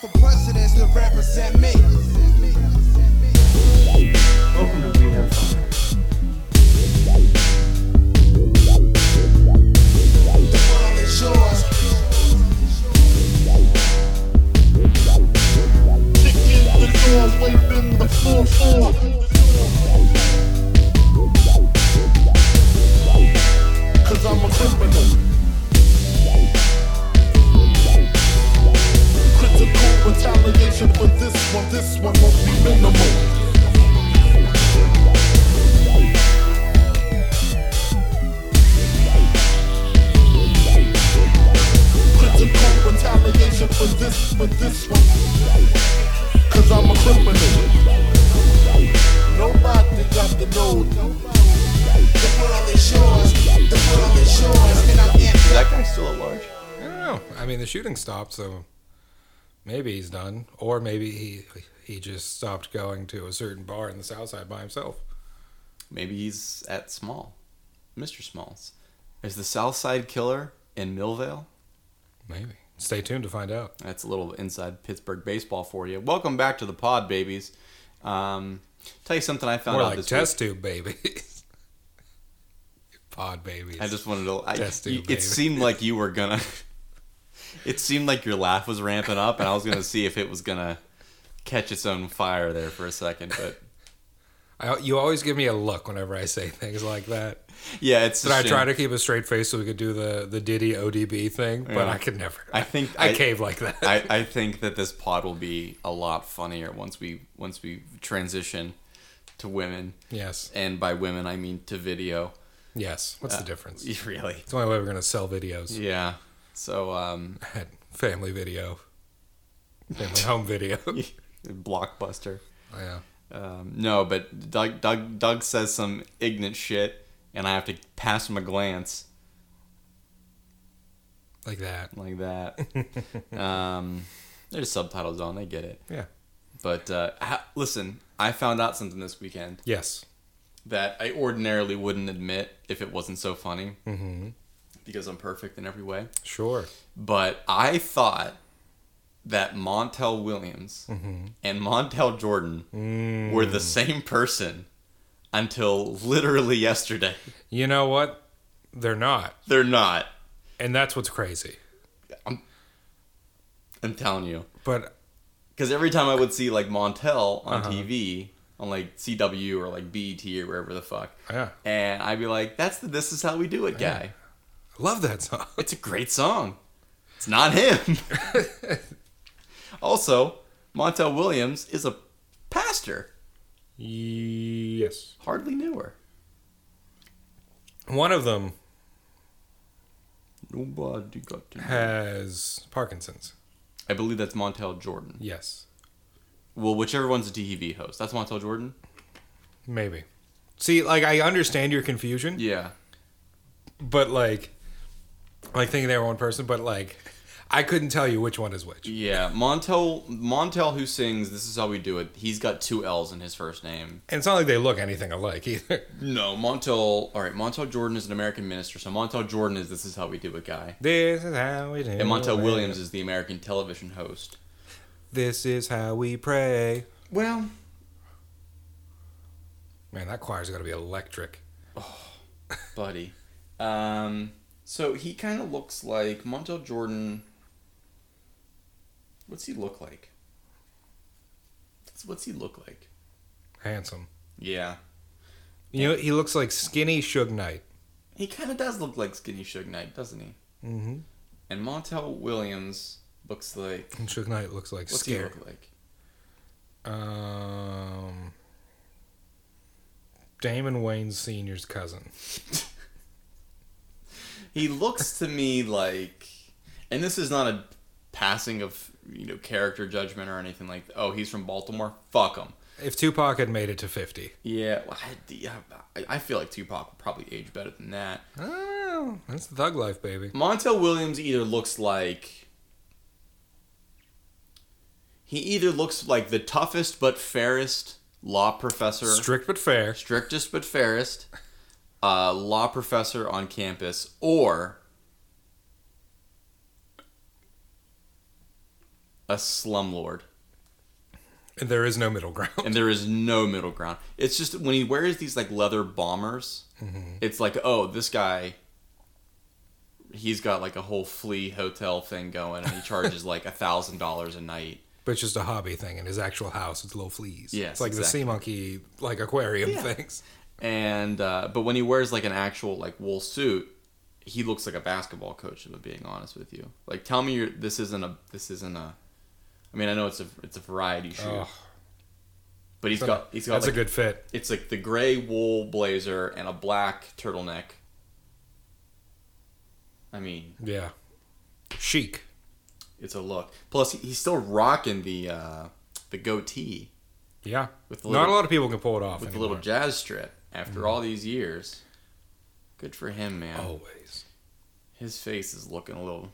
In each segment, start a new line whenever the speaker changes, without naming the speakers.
For presidents to represent me.
Welcome to We Have Fun.
The world is yours.
Cause I'm a criminal. Critical retaliation for this one. This one won't be minimal. Critical retaliation for this, for this one. Cause I'm a criminal. Nobody got the know.
The world is yours. The world is yours. And I'm in.
Is that guy still at large?
I don't know. I mean, the shooting stopped, so maybe he's done, or maybe he he just stopped going to a certain bar in the South Side by himself.
Maybe he's at Small. Mr. Smalls. Is the Southside Killer in Millvale?
Maybe. Stay tuned to find out.
That's a little inside Pittsburgh baseball for you. Welcome back to the pod, babies. Um, tell you something I found
More
out
like
this
test tube babies, pod babies.
week. I just wanted to. I,
Test
you-
tube,
it
baby.
seemed like you were gonna. it seemed like your laugh was ramping up, and I was gonna see if it was gonna catch its own fire there for a second, but
I- you always give me a look whenever I say things like that.
yeah, it's. a
But I
shame.
try to keep a straight face so we could do the the Diddy ODB thing, but
Yeah.
I could never.
I think
I,
I-
cave like that.
I, I think that this pod will be a lot funnier once we once we transition to women.
yes,
And by women I mean to video.
yes. What's the
Uh,
difference? It's
Really?
the only way we're gonna sell videos.
Yeah. So um
Family video, family home video.
blockbuster.
yeah.
Um, no, but Doug Doug Doug says some ignorant shit and I have to pass him a glance
like that.
like that. um there's subtitles on, they get it.
Yeah.
But uh, ha- listen, I found out something this weekend.
Yes.
that I ordinarily wouldn't admit if it wasn't so funny mm-hmm. because I'm perfect in every way.
Sure.
But I thought that Montel Williams and Montel Jordan were the same person until literally yesterday.
You know what? They're not,
They're not.
and that's what's crazy.
I'm telling you.
But
Because every time I would see like Montel on TV, on like CW or like BET or wherever the fuck,
yeah,
and I'd be like, that's the This Is How We Do It guy.
I love that song.
It's a great song. It's not him. also, Montel Williams is a pastor.
Yes.
Hardly knew her.
One of them
Nobody got to know.
has Parkinson's.
I believe that's Montel Jordan.
Yes.
Well, whichever one's a TV host. That's Montel Jordan?
Maybe. See, like I understand your confusion,
Yeah.
but like, like thinking they were one person, but like, I couldn't tell you which one is which.
Yeah. Montel Montel who sings This Is How We Do It, he's got two L's in his first name.
And it's not like they look anything alike either.
No, Montel alright, Montel Jordan is an American minister, so Montel Jordan is This Is How We Do It guy.
This is how we do.
And Montel
it.
Williams is the American television host.
This is how we pray.
Well,
Man, that choir's got to be electric.
buddy. Um, so he kind of looks like Montel Jordan. What's he look like? What's- What's he look like?
Handsome.
Yeah,
You know, he looks like skinny Suge Knight.
he kind of does look like Skinny Suge Knight, doesn't he?
Mm-hmm.
And Montel Williams looks like
And Suge Knight looks like
what's
scary.
he look like?
Um, Damon Wayne Senior's cousin.
He looks to me like, and this is not a passing of you know character judgment or anything like. Oh, he's from Baltimore. Fuck him.
If Tupac had made it to fifty,
Yeah, well, I, yeah, I- I feel like Tupac would probably age better than that.
oh, that's the thug life, baby.
Montel Williams either looks like he either looks like the toughest but fairest law professor,
Strict but fair.
strictest but fairest uh, law professor on campus, or a slumlord,
And there is no middle ground.
and there is no middle ground. It's just when he wears these like leather bombers,
Mm-hmm.
it's like, oh, this guy, he's got like a whole flea hotel thing going, and he charges like a thousand dollars a night.
But it's just a hobby thing. In his actual house, it's little fleas.
Yes,
It's like the
exactly.
sea monkey, like aquarium
Yeah.
things.
and uh, but when he wears like an actual like wool suit he looks like a basketball coach if i'm being honest with you like tell me you're, this isn't a this isn't a i mean i know it's a it's a variety shoot
Oh,
but he's got he's got
that's
like,
a good fit.
it's like the gray wool blazer and a black turtleneck i mean
Yeah. Chic.
it's a look plus he, he's still rocking the uh the goatee
Yeah.
With the
Not a
little-
lot of people can pull it off.
with the
anymore.
little jazz strip after
Mm-hmm.
all these years good for him man
Always.
His face is looking a little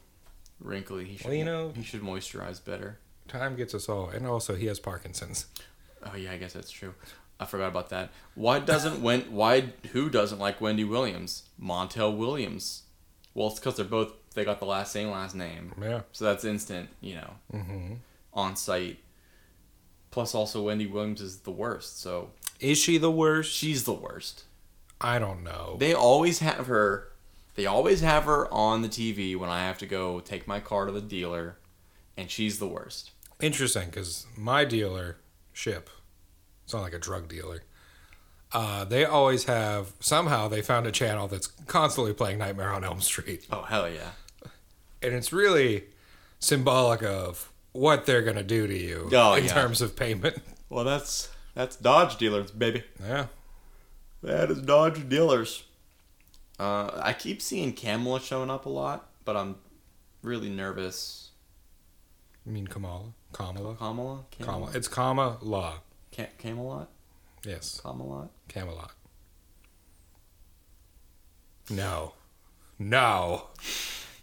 wrinkly. He should,
Well, you know-
he should moisturize better.
Time gets us all. And also, he has Parkinson's.
Oh yeah, I guess that's true. I forgot about that. Why doesn't Wen? Why who doesn't like Wendy Williams? Montel Williams. Well, it's because they're both they got the last same last name,
Yeah.
so that's instant. You know, Mm-hmm.
hmm
on site. Plus, also Wendy Williams is the worst, so
Is she the worst?
she's the worst.
I don't know.
They always have her. They always have her on the TV when I have to go take my car to the dealer, and she's the worst.
Interesting, because my dealer ship, it's not like a drug dealer. Uh, they always have somehow they found a channel that's constantly playing Nightmare on Elm Street,
Oh hell yeah.
and it's really symbolic of what they're gonna do to you
Oh,
in
yeah.
terms of payment.
Well, that's that's Dodge dealers, baby.
Yeah,
That is Dodge dealers. Uh, I keep seeing Kamala showing up a lot, but I'm really nervous.
I mean Kamala,
Kamala,
Kamala, Kamala.
Kamala,
It's Kama Law.
Ka- Camelot,
Yes,
Camelot.
Camelot. No, no,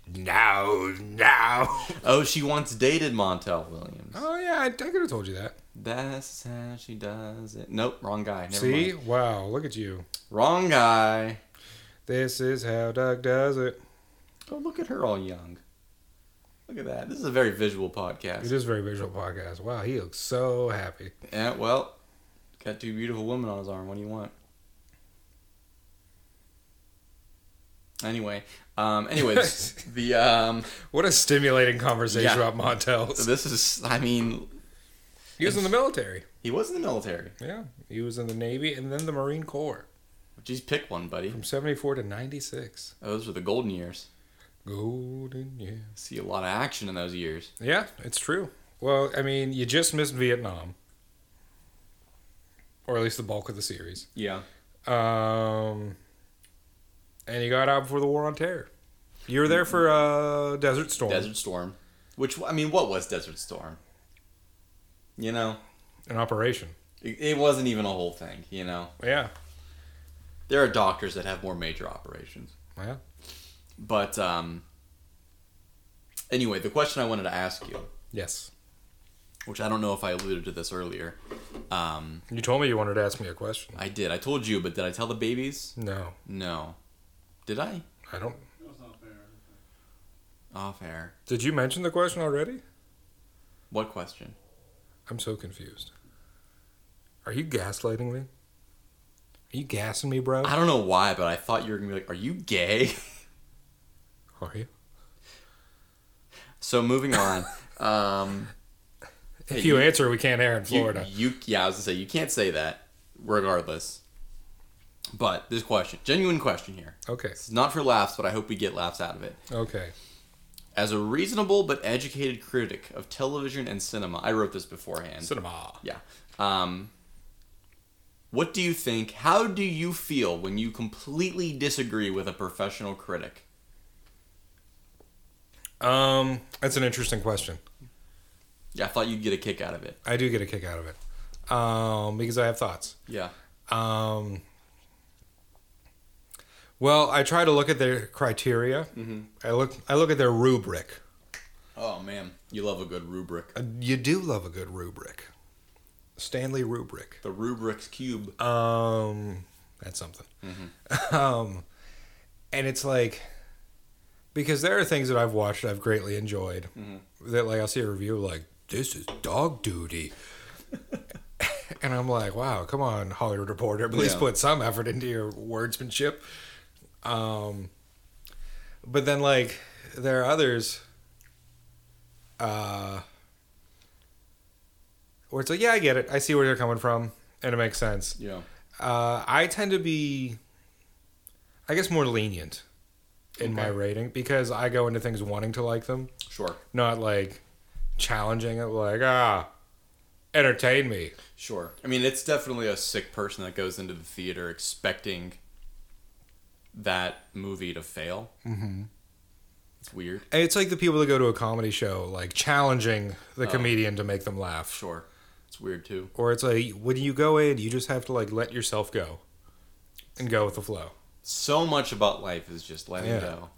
no, no.
Oh, she once dated Montel Williams.
Oh yeah, I, I could have told you that.
That's how she does it. Nope, wrong guy. Never
See,
mind.
wow, look at you.
wrong guy.
This is how Doug does it.
Oh, look at her, all young. Look at that. This is a very visual
It
podcast.
is a very visual podcast. Wow, he looks so happy.
Yeah, well, got two beautiful women on his arm. What do you want? Anyway, um, anyways, the um,
What a stimulating conversation
Yeah.
about Montels.
this is. I mean,
He was in the military.
he was in the military.
Yeah, he was in the Navy and then the Marine Corps
Just pick one, buddy.
from '74 to '96.
Oh, those were the golden years.
Golden years.
See a lot of action in those years.
Yeah, it's true. Well, I mean, you just missed Vietnam, or at least the bulk of the series.
Yeah.
Um, and you got out before the War on Terror. You were there for uh, Desert Storm.
Desert Storm, which I mean, what was Desert Storm? You know,
an operation.
it, it wasn't even a whole thing. You know,
Yeah.
there are doctors that have more major operations.
Yeah.
But um, anyway, the question I wanted to ask you,
Yes.
which I don't know if I alluded to this earlier, um,
You told me you wanted to ask me a question.
I did. I told you, but did I tell the babies?
No,
No. Did I?
I don't.
That's not fair.
Off air.
Did you mention the question already?
What question?
I'm so confused. Are you gaslighting me? Are you gassing me, bro?
I don't know why, but I thought you were gonna be like, "Are you gay?"
Are you?
so moving on. Um,
If
you-
you answer, we can't air in
you-
Florida.
You, yeah, I was gonna say you can't say that, regardless. But this question, genuine question here.
Okay.
It's not for laughs, but I hope we get laughs out of it.
Okay.
As a reasonable but educated critic of television and cinema, I wrote this beforehand.
Cinema.
yeah. Um, what do you think? How do you feel when you completely disagree with a professional critic?
Um, that's an interesting question.
Yeah, I thought you'd get a kick out of it.
I do get a kick out of it, um, because I have thoughts.
Yeah.
Um, well, I try to look at their criteria. I look. I look at their rubric.
Oh man, you love a good rubric.
Uh, You do love a good rubric. Stanley Rubric.
The rubric's cube.
Um, that's something. Um, and it's like because there are things that I've watched I've greatly enjoyed that like I'll see a review like this is dog duty. and I'm like, wow, come on, Hollywood Reporter, please
Yeah.
put some effort into your wordsmanship. Um, but then like there are others, uh, where it's like, yeah, I get it, I see where you're coming from, and it makes sense.
Yeah.
Uh, I tend to be, I guess, more lenient in my
Okay.
rating because I go into things wanting to like them,
Sure.
not like challenging it, like, ah, entertain me.
Sure. I mean, it's definitely a sick person that goes into the theater expecting that movie to fail. Mm-hmm. It's weird.
And it's like the people that go to a comedy show, like challenging the
Oh.
comedian to make them laugh.
Sure. It's weird too.
Or it's like, when you go in, you just have to like let yourself go and go with the flow.
So much about life is just letting
Yeah.
go.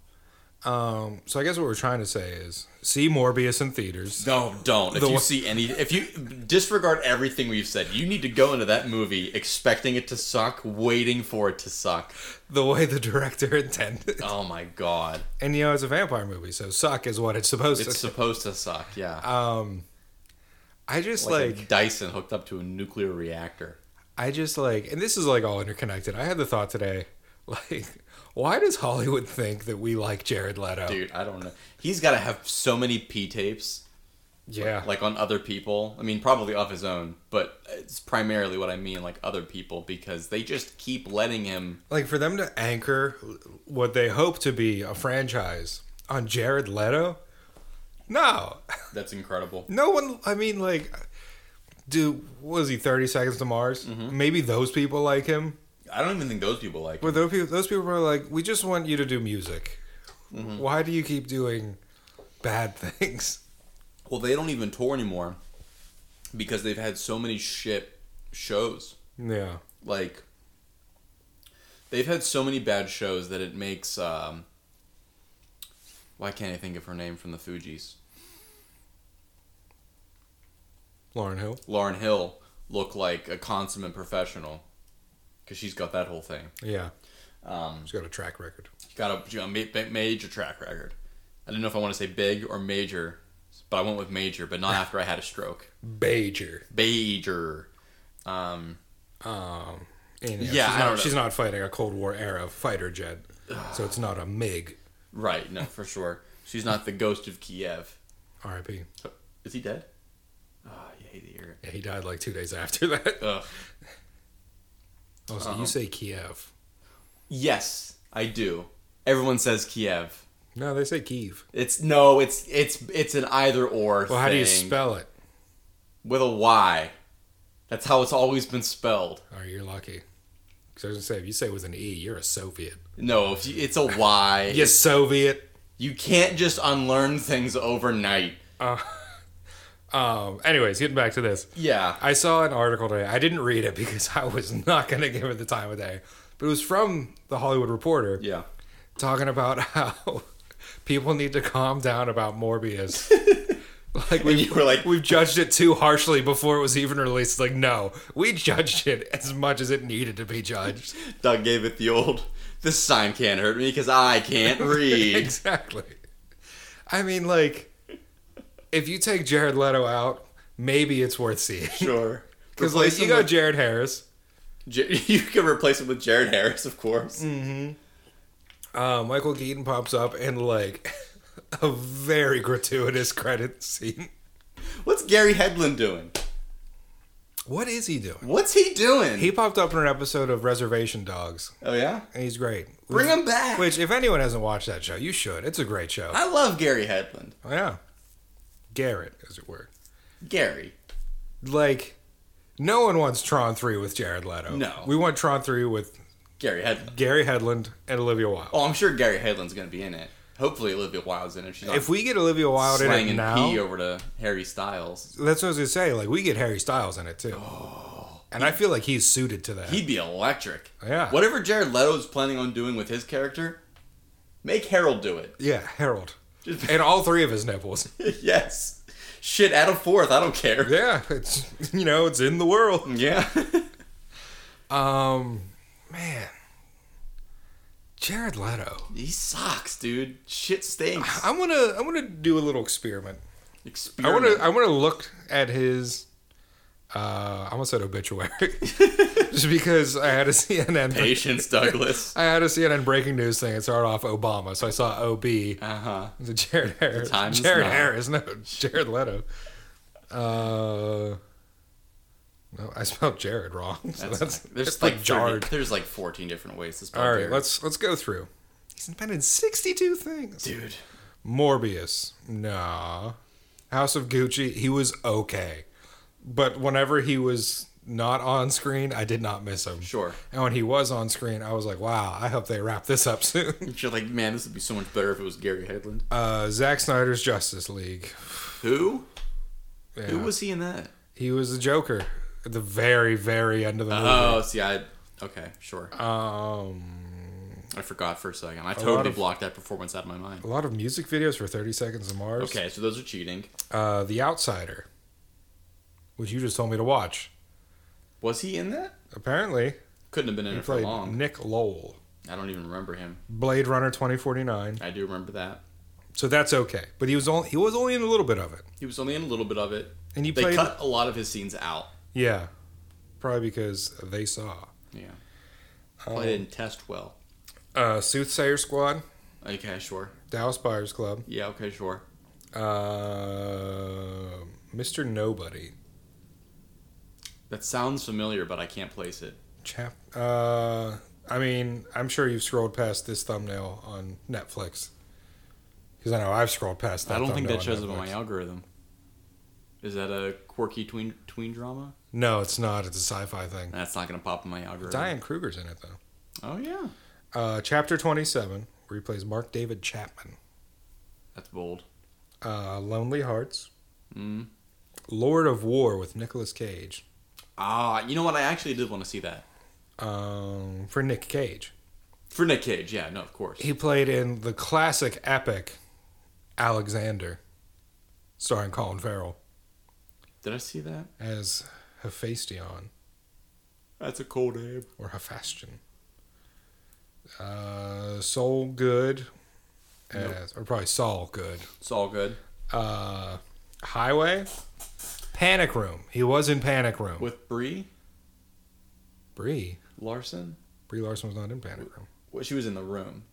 Um, so I guess what we're trying to say is see Morbius in theaters.
No, don't. If
The
you
wa-
see any, if you disregard everything we've said, you need to go into that movie expecting it to suck, waiting for it to suck.
The way the director intended.
Oh my god,
And you know, it's a vampire movie, so suck is what it's supposed
it's
to
supposed to suck. Yeah,
Um, I just
like,
like,
a Dyson hooked up to a nuclear reactor.
I just like, and this is like all interconnected. I had the thought today, like, why does Hollywood think that we like Jared Leto?
Dude, I don't know. He's got to have so many P tapes,
yeah,
like on other people. I mean, probably of his own, but it's primarily what I mean, like other people, because they just keep letting him.
like for them to anchor what they hope to be a franchise on Jared Leto. No,
That's incredible.
no one. I mean, like, do was he Thirty Seconds to Mars?
Mm-hmm.
Maybe those people like him.
I don't even think those people like.
Where
Him.
those people, those people are like, we just want you to do music.
Mm-hmm.
Why do you keep doing bad things?
Well, they don't even tour anymore because they've had so many shit shows.
Yeah.
like they've had so many bad shows that it makes um why can't I think of her name from the Fugees?
Lauren Hill.
Lauren Hill look like a consummate professional because she's got that whole thing.
Yeah.
Um,
She's got a track record.
she got a, she got a ma- ma- major track record. I don't know if I want to say big or major, but I went with major, but not after I had a stroke.
Bajer.
Major. Um,
Um, and,
Yeah,
she's
I
not,
don't know.
She's not fighting a Cold War era fighter jet, so it's not a MiG.
right, no, for sure. She's not the ghost of Kiev.
R.I.P.
Is he dead? Ah, you hate to hear it.
Yeah, he died like two days after that.
Ugh.
Also, you say Kiev.
Yes, I do. Everyone says Kiev.
No, they say Kiev.
It's no, it's it's it's an either or.
Well, how do you
thing
spell it?
with a Y? That's how it's always been spelled.
Oh, you're lucky. Because I was gonna say, if you say it with an E, you're a Soviet.
No, if you, it's a Y.
Yes, Soviet.
you can't just unlearn things overnight.
Um. Anyways, getting back to this.
Yeah,
I saw an article today. I didn't read it because I was not going to give it the time of day. But it was from the Hollywood Reporter.
yeah.
talking about how people need to calm down about Morbius. like we
you were like-
we've judged it too harshly before it was even released. It's like no, we judged it as much as it needed to be judged.
Doug gave it the old. This sign can't hurt me because I can't read.
exactly. I mean, like, if you take Jared Leto out, maybe it's worth seeing.
sure.
Because like
Replace
you
him
got
with-
Jared Harris.
J- you can replace him with Jared Harris, of course.
Mm. Uh, Michael Keaton pops up in like a very gratuitous credit scene.
What's Gary Hedlund doing?
What is he doing?
What's he doing?
He popped up in an episode of Reservation Dogs,
oh yeah.
and he's great.
Bring him back.
Which, if anyone hasn't watched that show, you should. It's a great show.
I love Gary Hedlund.
Oh, yeah, Garrett, as it were.
Gary.
Like, no one wants Tron Three with Jared Leto.
No.
we want Tron Three with
Gary Hedlund.
Gary Hedlund and Olivia Wilde.
Oh, I'm sure Gary Hedlund's going to be in it. Hopefully, Olivia Wilde's in it. She's
if we get Olivia Wilde in it
slanging
now,
pee over to Harry Styles,
that's what I was gonna say. Like, we get Harry Styles in it too,
Oh.
and I feel like he's suited to that.
he'd be electric.
Yeah.
Whatever Jared Leto's planning on doing with his character, make Harold do it.
yeah, Harold,
Just-
and all three of his nipples.
yes. Shit, add a fourth. I don't care.
yeah, it's you know, it's in the world.
Yeah. Mm.
Um, man, Jared Leto.
he sucks, dude. Shit stinks.
I'm gonna I'm gonna do a little experiment. I want
Experiment.
to. I want to look at his. Uh, I almost said obituary, just because I had a CNN. thing-
Patience Douglas.
I had a CNN breaking news thing. It started off Obama, so I saw OB. It
Uh huh.
was a Jared Harris.
time is
Jared
now.
Harris, no, Jared Leto. Uh, no, I spelled Jared wrong. So that's,
There's
it's
like jarred.
jarred.
There's like 14 different ways to spell
All right,
Jared.
let's let's go through. He's invented sixty-two things.
Dude,
Morbius. Nah. House of Gucci, he was okay. But whenever he was not on screen, I did not miss him.
Sure.
And when he was on screen, I was like, wow, I hope they wrap this up soon.
you're like, man, this would be so much better if it was Gary Headland.
Uh, Zack Snyder's Justice League.
Who?
Yeah.
Who was he in that?
He was the Joker at the very, very end of the movie.
Oh, see, I. Okay, sure.
Uh, um,
I forgot for a second. I totally
of-
blocked that performance out of my mind.
a lot of music videos for 30 Seconds of Mars.
Okay, so those are cheating.
Uh, the Outsider, which you just told me to watch.
Was he in that?
Apparently,
Couldn't have been in
he
it for
played
long.
Nick Lowell.
I don't even remember him.
Blade Runner 2049.
I do remember that.
So that's okay. But he was only he was only in a little bit of it.
He was only in a little bit of it.
And he
They
played
cut a lot of his scenes out.
Yeah. Probably because they saw.
Yeah. Probably didn't test well.
Uh Soothsayer Squad,
Okay, sure.
Dallas Buyers Club,
Yeah, okay, sure.
uh Mr. Nobody.
That sounds familiar, but I can't place it.
Chap uh I mean, I'm sure you've scrolled past this thumbnail on Netflix. Because I know I've scrolled past that.
I don't think
thumbnail
that shows up on
Netflix.
my algorithm. Is that a quirky tween tween drama?
No, it's not. It's a sci-fi thing.
That's not gonna pop in my algorithm.
Diane Kruger's in it though.
Oh yeah,
Uh, chapter 27, where he plays Mark David Chapman.
that's bold.
Uh, Lonely Hearts.
Mm.
Lord of War with Nicolas Cage
Ah, you know what? I actually did want to see that
um, for Nick Cage.
for Nick Cage. Yeah, no, of course.
He played in the classic epic Alexander, starring Colin Farrell
Did I see that?
as Hephaestion
That's a cool name.
or Hephaestion. Uh, Soul Good, as, or probably Saul Good.
It's all good
Uh, Highway, Panic Room. He was in Panic Room. With
with Brie
Brie,
Larson.
Brie Larson was not in Panic Room.
Well, she was in the room.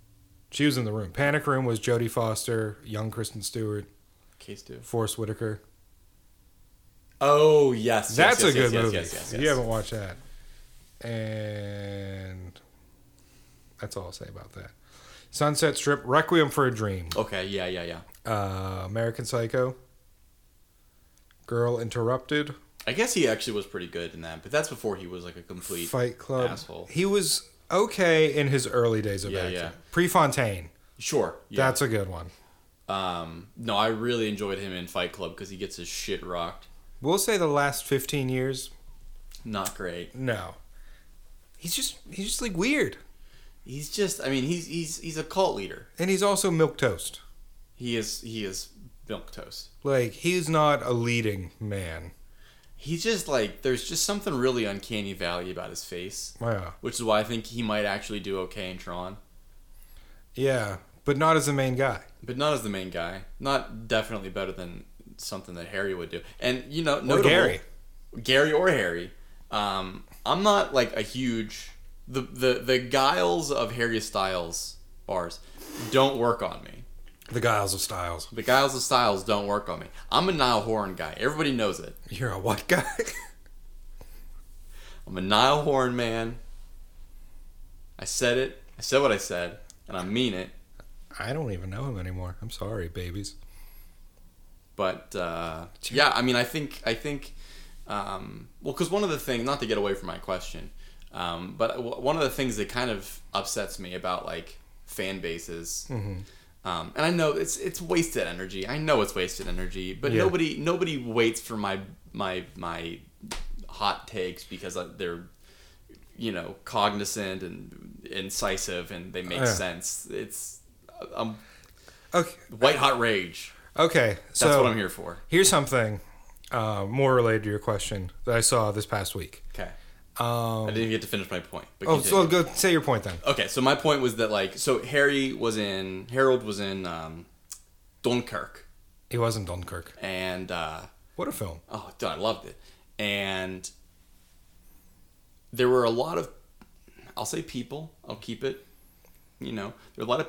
She was in the room. Panic Room was Jodie Foster, young Kristen Stewart,
Case two.
Forrest Whitaker.
Oh yes, yes, yes,
That's a
yes,
good
yes,
movie.
Yes, yes, yes,
If you haven't watched that, and that's all I'll say about that. Sunset Strip, Requiem for a Dream,
Okay, yeah, yeah, yeah.
uh, American Psycho, Girl Interrupted,
I guess he actually was pretty good in that, but that's before he was like a complete.
Fight Club.
asshole.
He was okay in his early days of
Yeah,
acting.
yeah.
Prefontaine,
Sure, yeah.
that's a good one.
Um, no, I really enjoyed him in Fight Club because he gets his shit rocked.
We'll say the last fifteen years,
Not great.
no. He's just he's just like weird.
He's just, I mean, he's he's he's a cult leader.
And he's also milk toast.
He is he is milk toast.
Like he's not a leading man.
He's just like there's just something really uncanny valley about his face,
Yeah.
which is why I think he might actually do okay in Tron,
Yeah, but not as the main guy.
but not as the main guy. Not definitely better than something that Harry would do. And you know,
Or
notable,
Gary.
Gary or Harry. Um, I'm not like a huge the the the guiles of Harry Styles bars don't work on me.
The Giles of Styles.
The guiles of Styles don't work on me. I'm a Niall Horan guy. Everybody knows it.
You're a what guy?
I'm a Niall Horan man. I said it. I said what I said, and I mean it.
I don't even know him anymore. I'm sorry, babies.
But uh, yeah, I mean, I think I think um, well, because one of the things, not to get away from my question, um, but w- one of the things that kind of upsets me about like fan bases,
Mm-hmm.
um, and I know it's it's wasted energy. I know it's wasted energy, but
Yeah.
nobody nobody waits for my my my hot takes because I- they're you know cognizant and incisive and they make
Yeah.
sense. It's um,
Okay.
white hot rage.
Okay. So
That's what I'm here for.
Here's something uh, more related to your question that I saw this past week.
Okay.
Um,
I didn't get to finish my point. But
oh, so
continue.
go say your point then.
Okay, so my point was that like, so Harry was in Harold was in um, Dunkirk,
He was in Dunkirk.
and uh,
What a film.
oh, dude, I loved it. And there were a lot of, I'll say people. I'll keep it. You know, there were a lot of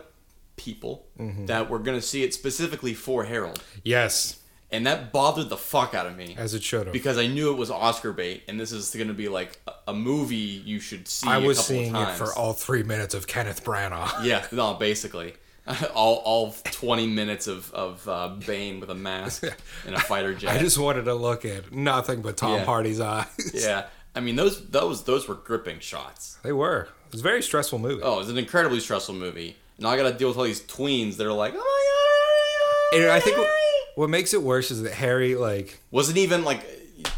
people
Mm-hmm.
that were going to see it specifically for Harold,
Yes,
and that bothered the fuck out of me.
as it should have.
because I knew it was Oscar bait, and this is going to be like a- a movie you should see.
I
a
was
couple
seeing
of
it
times.
for all three minutes of Kenneth Branagh.
Yeah, no, basically, all all twenty minutes of of uh, Bane with a mask and a fighter jet.
I just wanted to look at nothing but Tom
Yeah.
Hardy's eyes.
yeah, I mean those those those were gripping shots.
They were. It was a very stressful movie.
Oh, it's an incredibly stressful movie. Now I got to deal with all these tweens that are like, oh my god,
And I think what, what makes it worse is that Harry, like,
wasn't even like,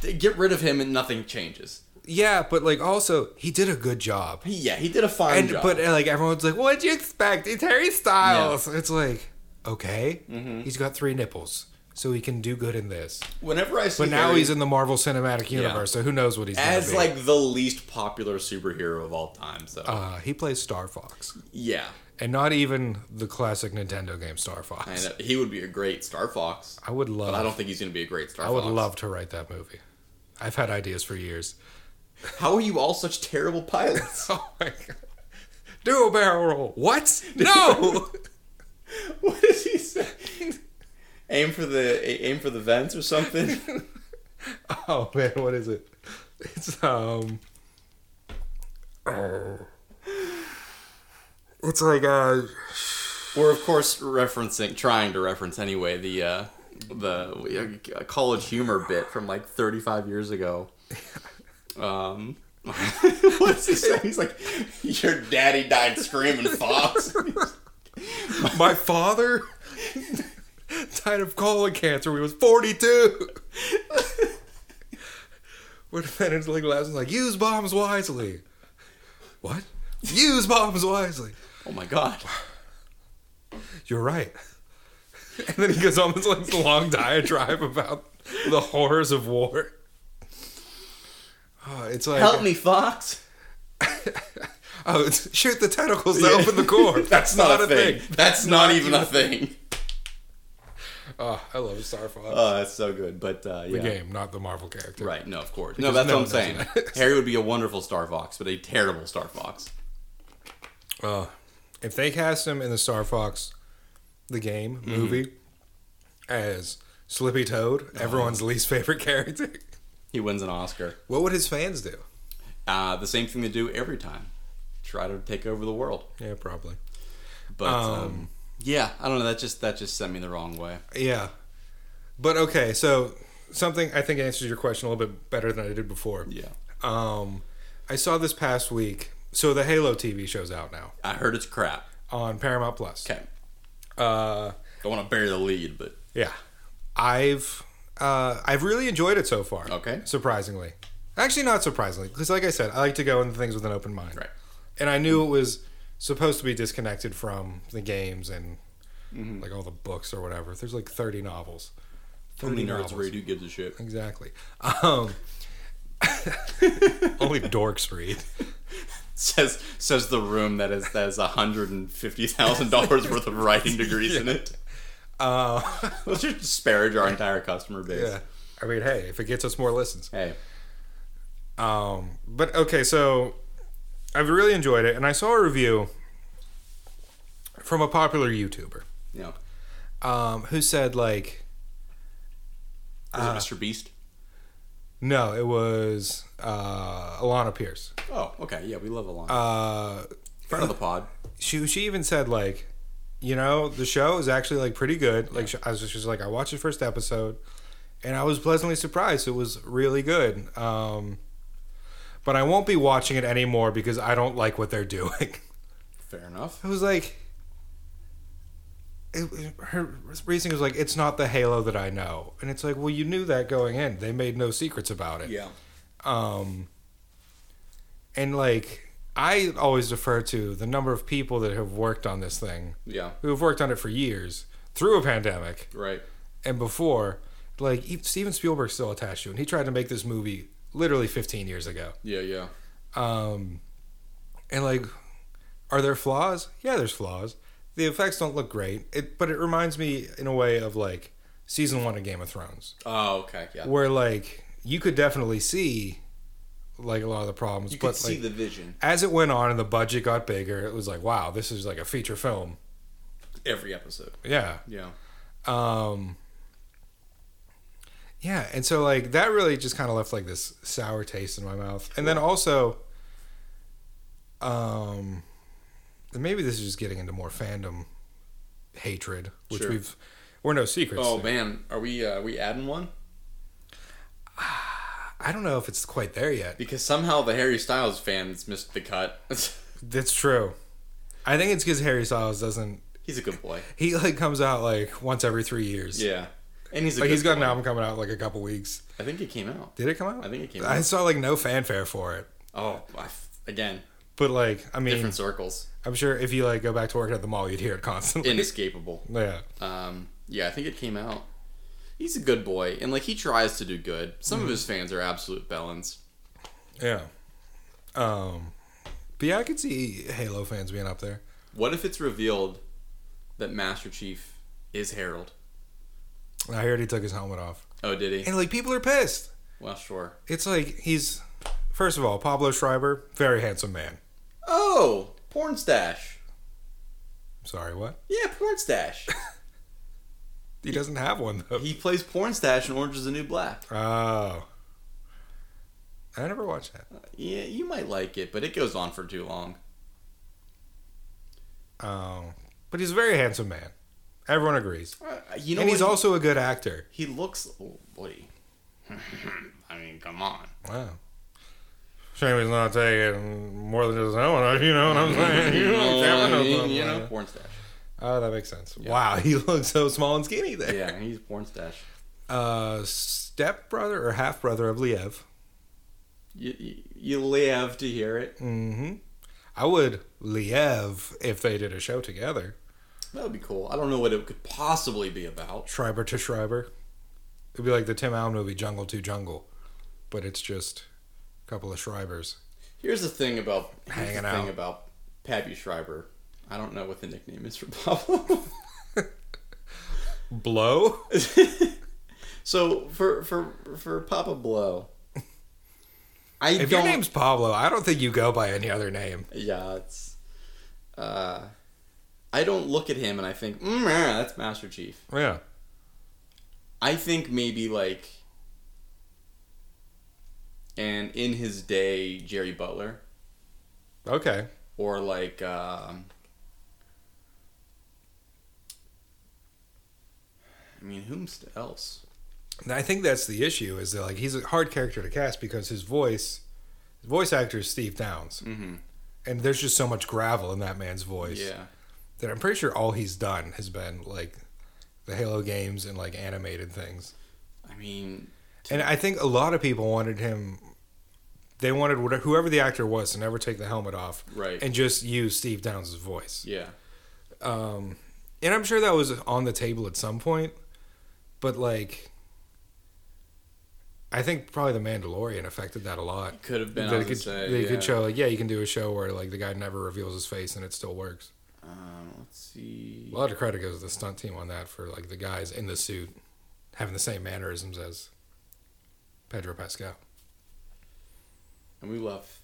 get rid of him and nothing changes.
yeah, but like also he did a good job.
Yeah, he did a fine
And
job.
but uh, like everyone's like, what'd you expect? It's Harry Styles. It's like, okay,
Mm-hmm.
he's got three nipples, so he can do good in this.
whenever I see,
But now
Harry-
he's in the Marvel Cinematic Universe, so who knows what he's gonna
as
be.
like the least popular superhero of all time. So
Uh, he plays Star Fox,
yeah,
and not even the classic Nintendo game Star
I
Fox.
know. he would be a great Star Fox.
I would
But I
love.
don't think he's going to be a great Star
I would
Fox.
love to write that movie. I've had ideas for years.
How are you all such terrible pilots?
Oh my god. Do a barrel roll. What? No.
what is he saying? Aim for the a- aim for the vents or something.
oh man, what is it? It's um. oh. It's like uh.
We're of course referencing, trying to reference anyway the uh, the uh, college humor bit from like 35 years ago. Um, what's he saying? He's like, "Your daddy died screaming fox."
My father died of colon cancer when he was 42. What if that is like last one's like use bombs wisely? What? Use bombs wisely.
oh my god.
You're right. And then he goes on this like long diatribe about the horrors of war. Oh, it's like
Help me, Fox.
Oh, it's, shoot the tentacles that open the core.
That's not, a thing. That's not, even a thing.
Oh, I love Star Fox.
Oh, that's so good. But uh, yeah.
the game, not the Marvel character.
Right, no, of course. no, that's what
no
I'm
one
saying.
knows
Harry would be a wonderful Star Fox, but a terrible Star Fox.
Uh, if they cast him in the Star Fox, the game
Mm-hmm.
movie, as Slippy Toad,
Uh-huh.
everyone's least favorite character,
He wins an Oscar.
what would his fans do?
Uh, the same thing they do every time. Try to take over the world.
Yeah, probably.
But um, yeah, I don't know. That just that just sent me the wrong way.
Yeah, but okay. So something I think answers your question a little bit better than I did before.
Yeah,
Um, I saw this past week. So the Halo TV show's out now
I heard it's crap.
on Paramount Plus.
Okay,
Uh,
don't want to bury the lead, but
yeah, I've uh, I've really enjoyed it so far.
Okay.
surprisingly, actually not surprisingly, because like I said, I like to go into things with an open mind.
Right.
and I knew it was supposed to be disconnected from the games and
Mm-hmm.
like all the books or whatever. There's like 30 novels.
only nerds read. Who gives a shit?
Exactly. Um, only dorks read.
Says says the room that is that is hundred and fifty thousand dollars worth of writing degrees in it.
Uh,
Let's just disparage our entire customer base.
yeah. I mean, hey, if it gets us more listens.
Hey,
Um, but okay, so I've really enjoyed it, and I saw a review from a popular YouTuber
you know,
um, who said like,
is it Mr. Beast?
no, it was uh, Alana Pierce.
Oh, okay. Yeah, we love Alon.
Uh,
Friend of the pod.
she she even said like you know the show is actually like pretty good like she, I was just she was like I watched the first episode and I was pleasantly surprised it was really good um but I won't be watching it anymore because I don't like what they're doing
Fair enough.
I was like it, her reasoning was like it's not the Halo that I know and it's like well you knew that going in they made no secrets about it um and like I always defer to the number of people that have worked on this thing
Yeah.
who have worked on it for years through a pandemic
Right.
and before like e- steven spielberg's still attached to it and he tried to make this movie literally 15 years ago
Yeah, yeah.
um and like are there flaws yeah there's flaws the effects don't look great it, but it reminds me in a way of like season one of Game of Thrones,
Oh, okay, yeah.
where like you could definitely see like a lot of the problems,
You
but
could
like
see the vision
as it went on and the budget got bigger, it was like wow, this is like a feature film.
every episode.
Yeah,
Yeah.
um yeah and so like that really just kind of left like this sour taste in my mouth and then also um and maybe this is just getting into more fandom hatred which
Sure.
we've we're no secrets
Oh
to.
man, are we uh, are we adding one?
i don't know if it's quite there yet
Because somehow the Harry Styles fans missed the cut.
that's true i think it's because harry styles doesn't
he's a good boy.
he like comes out like once every three years
Yeah, and he's a
like
good
he's got an
boy.
album coming out in, like a couple weeks
I think it came out.
did it come out
I think it came
i
out.
saw like no fanfare for it
Oh, I f- again,
but like i mean
different circles,
I'm sure if you like go back to work at the mall, you'd hear it constantly.
inescapable.
yeah,
Um, yeah, I think it came out. He's a good boy, and like he tries to do good. Some
Mm-hmm.
of his fans are absolute bellends.
yeah. Um, but yeah, I could see Halo fans being up there.
What if it's revealed that Master Chief is Harold?
I heard he took his helmet off,
Oh, did he?
and like people are pissed.
Well, sure.
It's like he's first of all Pablo Schreiber, very handsome man.
Oh, porn stash.
Sorry, what?
Yeah, porn stash.
He doesn't have one though.
he plays porn stash in Orange Is the New Black.
Oh, I never watched that.
Yeah, you might like it, but it goes on for too long.
Um, but he's a very handsome man. Everyone agrees,
Uh, you know,
and he's
what?
also a good actor.
he looks. Oh, boy. I mean, come on.
Wow. Shame he's not taking more than just helmet. You know what I'm saying? You know, what I'm
I
saying?
mean, you know, porn stash.
Oh, that makes sense. Wow, he looks so small and skinny there.
Yeah, he's porn stash.
Uh, step brother or half brother of Liev.
You, you, you live to hear it.
Mm-hmm. I would Liev if they did a show together.
That would be cool. I don't know what it could possibly be about.
Schreiber to Schreiber. It'd be like the Tim Allen movie Jungle to Jungle, but it's just a couple of Schreibers.
Here's the thing about here's
Hanging
the
out.
thing about Pappy Schreiber. I don't know what the nickname is for Pablo.
Blow.
so for for for Papa Blow, I
If your
don't.
name's Pablo, I don't think you go by any other name.
yeah, it's. Uh, I don't look at him and I think, mm, yeah, that's Master Chief.
Yeah.
I think maybe like. And in his day, Jerry Butler.
Okay.
or like um, I mean, whom else?
And I think that's the issue is that like he's a hard character to cast because his voice, his voice actor is Steve Downs,
Mm-hmm.
and there's just so much gravel in that man's voice
Yeah,
that I'm pretty sure all he's done has been like the Halo games and like animated things.
I mean,
And I think a lot of people wanted him. They wanted whatever, whoever the actor was to never take the helmet off
right?
and just use Steve Downs' voice.
yeah,
Um, and I'm sure that was on the table at some point, but like, I think probably The Mandalorian affected that a lot.
could have been. I
they
was
could,
gonna say,
they
yeah.
could show like yeah, you can do a show where like the guy never reveals his face and it still works.
Um, let's
A
see.
lot of credit goes to the stunt team on that for like the guys in the suit having the same mannerisms as Pedro Pascal.
And we love,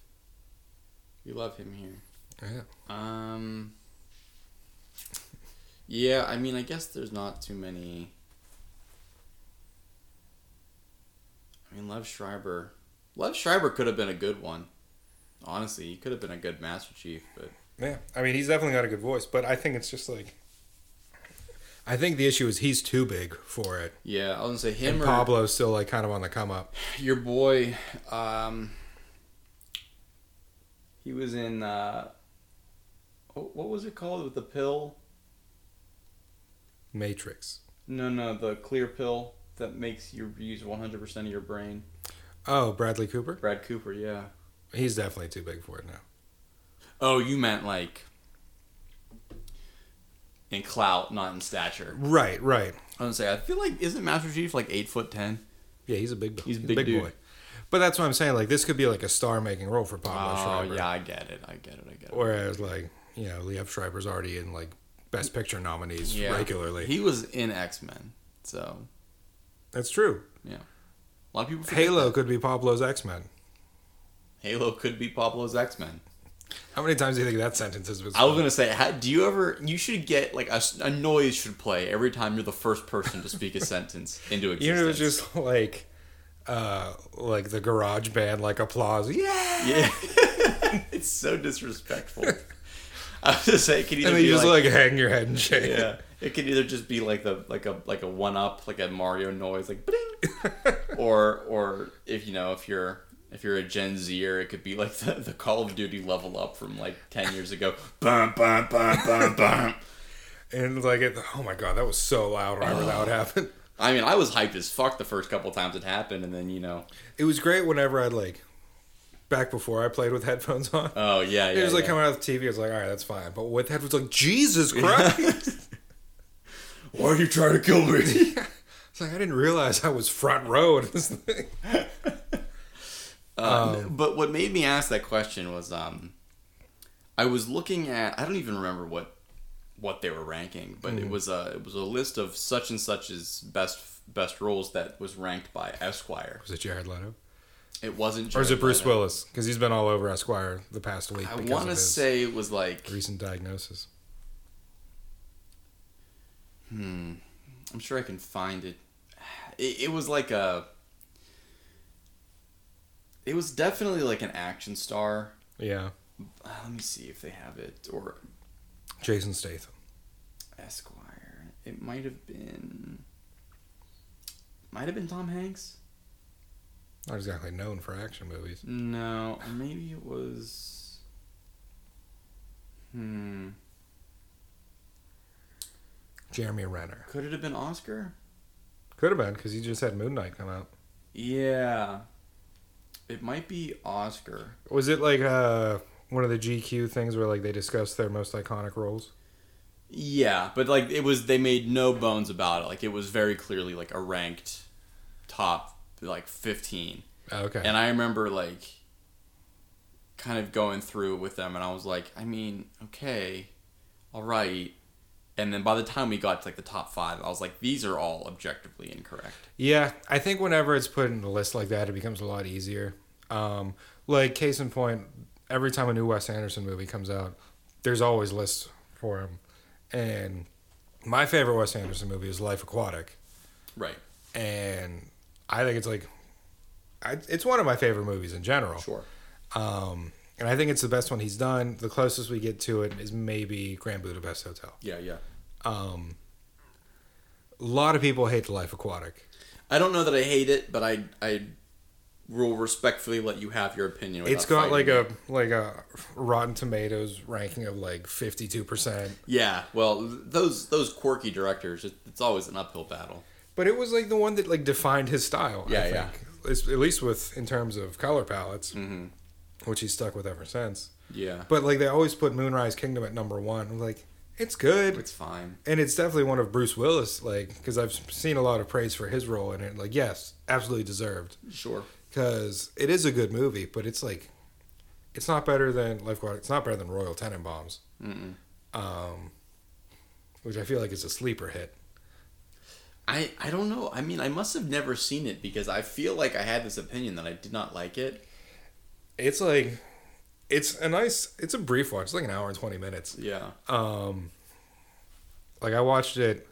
we love him here.
Yeah.
Um. Yeah, I mean, I guess there's not too many. I mean, Lev Schreiber. Lev Schreiber could have been a good one. Honestly, he could have been a good Master Chief, but
Yeah, I mean he's definitely got a good voice, but I think it's just like I think the issue is he's too big for it.
yeah, I was gonna say him
And
or
Pablo's still like kind of on the come up.
your boy. Um, he was in. Uh, wh- what was it called with the pill?
Matrix.
No, no, the clear pill that makes you use 100% of your brain.
Oh, Bradley Cooper?
Brad Cooper, yeah.
He's definitely too big for it now.
Oh, you meant like in clout, not in stature.
Right, right.
I was gonna say, I feel like isn't Master Chief like eight foot ten?
Yeah, he's a big
He's a big dude.
But that's what I'm saying. Like this could be like a star-making role for Pablo
Oh
Schreiber.
yeah, I get it. I get it. I get it.
Whereas like you know, Liev Schreiber's already in like Best Picture nominees
yeah.
regularly.
He was in X Men, so
That's true.
Yeah, a lot of people. forget
Halo
that.
could be Pablo's X Men.
Halo could be Pablo's X Men.
How many times do you think that sentence has been?
I was
said?
gonna say, how, do you ever? You should get like a, s- a noise should play every time you're the first person to speak a sentence into
You
existence.
know, it's just like, uh, like the garage band, like applause. Yeah.
yeah, it's so disrespectful. I was gonna say, it could either
And then
be
you just
like
like, hang your head and shake.
yeah. It could either just be like the like a like a one up, like a Mario noise, like bling, or or if you know if you're if you're a Gen Zer, it could be like the, the Call of Duty level up from like ten years ago. Bum bum bum bum bum.
And like, it, oh my god, that was so loud.
Oh.
Whenever that would happen,
I mean, I was hyped as fuck the first couple times it happened, and then you know,
it was great. Whenever I'd like, back before I played with headphones on,
oh yeah, yeah.
it was like
yeah.
coming out of the TV. I was like, all right, that's fine. But with headphones, like Jesus Christ,
Why are you trying to kill me?
it's like I didn't realize I was front row to this thing. Um,
Uh, but what made me ask that question was um, I was looking at I don't even remember what what they were ranking, but
Hmm.
it was a it was a list of such and such's best best roles that was ranked by Esquire.
Was it Jared Leto
It wasn't
or is
Jared
it Bruce
Leto.
Willis? Because he's been all over Esquire the past week.
I
because
want
of
to
his
say it was like
recent diagnosis.
I'm sure I can find it. It, it was like a it was definitely like an action star.
Yeah,
Uh, let me see if they have it or
Jason Statham.
Esquire. It might have been. Might have been Tom Hanks?
Not exactly known for action movies.
No, or maybe it was. Hmm.
Jeremy Renner
Could it have been Oscar?
could have been because he just had Moon Knight come out.
Yeah. It might be Oscar.
Was it like uh, one of the GQ things where like they discussed their most iconic roles?
Yeah, but like it was, they made no bones about it. Like it was very clearly like a ranked top like fifteen.
Oh, okay.
And I remember like kind of going through it with them and I was like, I mean, okay, all right. And then by the time we got to like the top five, I was like, these are all objectively incorrect.
yeah, I think whenever it's put in a list like that, it becomes a lot easier. Um, like case in point, every time a new Wes Anderson movie comes out, there's always lists for him. And my favorite Wes Anderson movie is Life Aquatic.
Right.
and I think it's like, I, it's one of my favorite movies in general.
Sure.
Um, and I think it's the best one he's done. The closest we get to it is maybe Grand Budapest Hotel.
Yeah, yeah.
Um, a lot of people hate The Life Aquatic.
I don't know that I hate it, but I I will respectfully let you have your opinion.
It's
without
got like
fighting
a
me.
like a Rotten Tomatoes ranking of like fifty two percent.
yeah. Well, those those quirky directors, it, it's always an uphill battle.
But it was like the one that like defined his style.
Yeah,
I
yeah. Mm-hmm.
think. It's- At least with in terms of color palettes, which he's stuck with ever since.
Yeah,
But like they always put Moonrise Kingdom at number one. I'm like, it's good,
it's fine.
and it's definitely one of Bruce Willis. Like, because I've seen a lot of praise for his role in it. Like, yes, absolutely deserved,
Sure.
because it is a good movie. But it's like, it's not better than Lifeguard. It's not better than Royal Tenenbaums,
Mm-mm.
um, which I feel like is a sleeper hit.
I, I don't know. I mean, I must have never seen it because I feel like I had this opinion that I did not like it.
It's like, it's a nice, it's a brief watch. It's like an hour and twenty minutes.
Yeah.
um like i watched it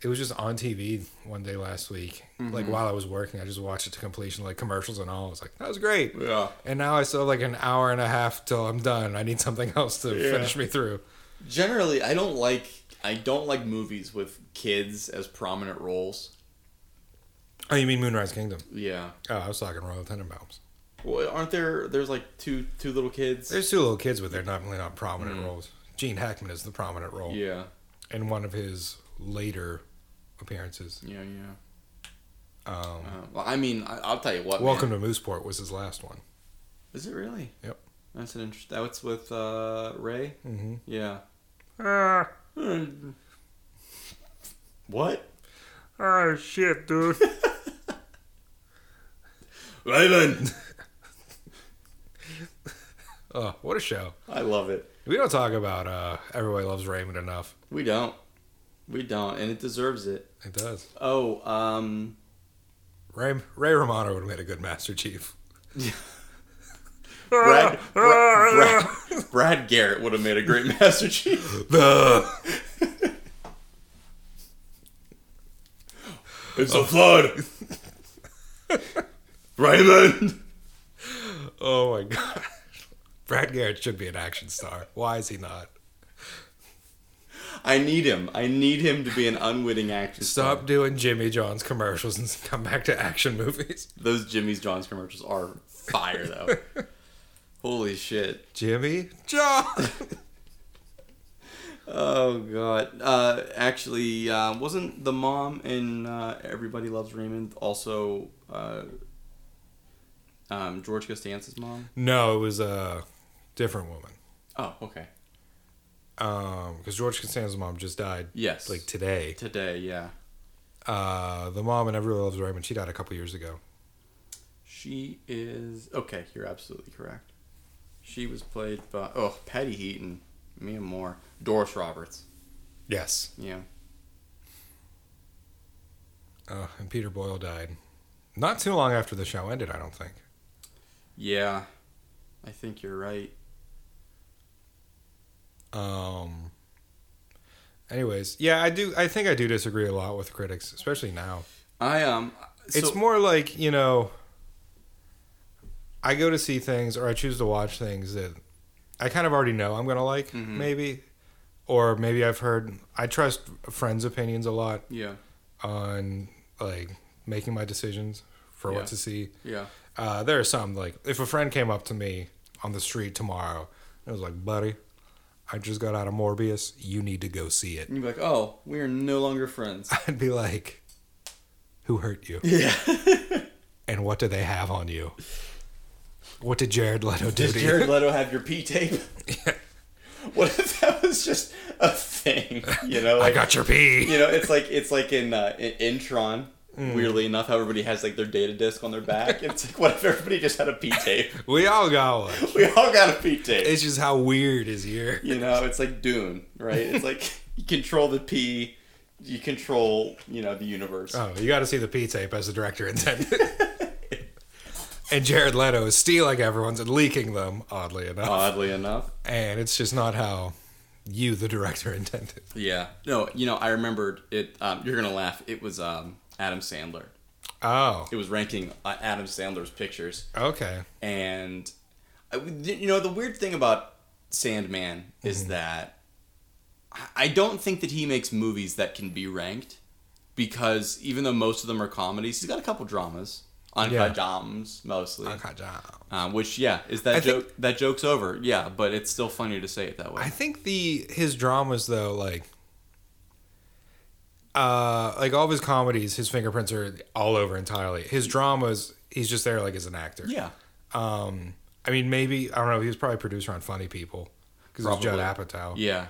it was just on tv one day last week
Mm-hmm.
like while i was working i just watched it to completion like commercials and all i was like that was great
Yeah.
and now i still have like an hour and a half till i'm done i need something else to
Yeah.
finish me through
Generally, I don't like I don't like movies with kids as prominent roles.
oh you mean moonrise kingdom
Yeah.
oh i was talking royal tenenbaums
Well, aren't there there's like two two little kids?
there's two little kids but they're not really not prominent roles gene hackman is the prominent role
Mm. yeah.
in one of his later appearances
Yeah, yeah.
um
Uh, well, I mean, I, I'll tell you what. man.
welcome to mooseport was his last one
Is it really?
Yep.
That's an interest. That's with uh, Ray.
mm-hmm.
Yeah.
Ah,
What?
oh shit dude
Raven.
Oh, what a show.
I love it.
We don't talk about uh, Everybody Loves Raymond enough.
We don't. We don't, and it deserves it.
It does.
Oh, um,
Ray Ray Romano would have made a good Master Chief.
Brad, Brad, Brad, Brad Garrett would have made a great Master Chief.
The
It's a flood. Raymond.
oh my god, Brad Garrett should be an action star. Why is he not?
I need him. I need him to be an unwitting action. star.
Stop doing Jimmy John's commercials and come back to action movies.
Those Jimmy's John's commercials are fire though. Holy shit.
Jimmy John.
Oh god. Uh, actually, uh, wasn't the mom in uh, Everybody Loves Raymond also uh, um, George Costanza's mom?
no, it was a different woman.
Oh, okay.
Um, because George Costanza's mom just died.
Yes.
Like today.
Today, yeah.
Uh, the mom and Everyone Loves Raymond. She died a couple years ago.
She is okay. You're absolutely correct. She was played by oh Patty Heaton, Mia Moore, Doris Roberts.
Yes.
Yeah.
Uh, and Peter Boyle died. Not too long after the show ended, I don't think.
Yeah. I think you're right.
Um. Anyways, yeah, I do. I think I do disagree a lot with critics, especially now.
I um.
it's
so-
more like you know i go to see things or i choose to watch things that i kind of already know i'm gonna like
Mm-hmm.
maybe or maybe i've heard i trust friends opinions a lot
yeah
on like making my decisions for
Yeah.
what to see
yeah
uh, there are some like if a friend came up to me on the street tomorrow and was like buddy i just got out of morbius you need to go see it
and you'd be like oh we are no longer friends
i'd be like who hurt you
yeah.
and what do they have on you? What did Jared Leto do
Does
to
Jared
you?
Leto have your P tape? What if that was just a thing? You know,
I
like
got your pee.
you know, it's like it's like in uh, in Intron.
Hmm.
Weirdly enough, how everybody has like their data disc on their back. It's like what if everybody just had a P tape?
We all got one.
We all got a P tape.
It's just how weird is here.
You know, it's like Dune, right? It's like you control the P, you control you know the universe.
Oh, you got to see the pee tape as the director intended. and Jared Leto is stealing everyone's and leaking them, oddly enough.
Oddly enough,
and it's just not how you, the director, intended.
yeah. No, you know, I remembered it. Um, you're gonna laugh. It was um, Adam Sandler.
Oh,
It was ranking uh, Adam Sandler's pictures.
okay.
and I- you know the weird thing about Sandman
Mm-hmm.
is that I- I don't think that he makes movies that can be ranked because even though most of them are comedies, he's got a couple dramas,
Yeah.
uncut dramas mostly,
Got job.
um, which yeah is that
I
joke
think-
that joke's over, yeah, but it's still funny to say it that way.
I think the his dramas though, like uh like all of his comedies, his fingerprints are all over entirely. His dramas, he's just there like as an actor.
yeah,
Um I mean maybe I don't know, he was probably producer on Funny People because it was Judd
Probably.
Apatow.
yeah,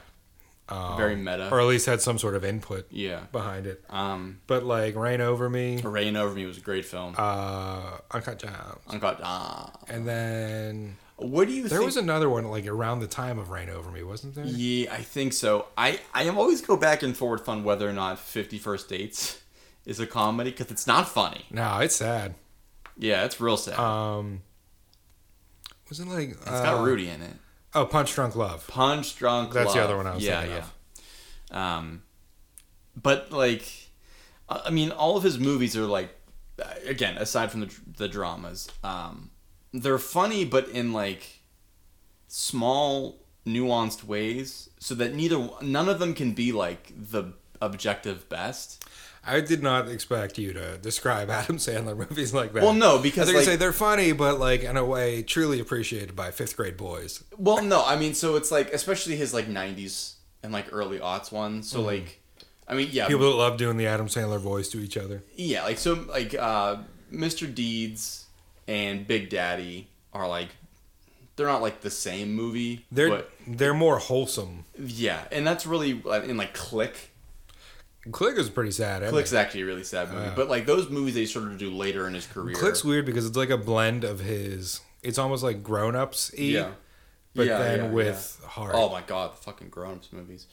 very meta.
Um, Or at least had some sort of input
yeah,
behind it.
um,
But like Rain Over Me,
Rain Over Me was a great film.
uh Uncut Jams.
uncut. Ah,
And then
what do you?
there
think?
was another one like around the time of Rain Over Me, wasn't there?
Yeah, I think so. I I am always go back and forth on whether or not Fifty First Dates is a comedy because it's not funny.
No, it's sad.
Yeah, it's real sad.
Um was it like uh,
it's got Rudy in it.
Oh, Punch Drunk Love.
Punch Drunk.
That's the
Love.
other one I was
yeah,
thinking
yeah. Um, but like, I I mean, all of his movies are like, again, aside from the the dramas, um, they're funny, but in like small, nuanced ways, so that neither none of them can be like the objective best.
I did not expect you to describe Adam Sandler movies like that.
Well, no,
I was
because
gonna
like,
say they're funny, but like in a way truly appreciated by fifth grade boys.
well, no, I mean, so it's like, especially his like '90s and like early aughts ones. So like, I mean, yeah,
Mm. People that love doing the Adam Sandler voice to each other.
yeah, like so, like uh, Mr. Deeds and Big Daddy are like, they're not like the same movie.
They're
but,
they're more wholesome.
yeah, and that's really uh, in like Click.
Click is pretty sad. isn't
Click's
it?
actually a really sad movie, but like those movies they sort of do later in his career.
Uh. Click's weird because it's like a blend of his. It's almost like grown ups.
Yeah.
But
Yeah,
then
yeah,
with
yeah.
heart.
Oh my god, the fucking grown-ups movies.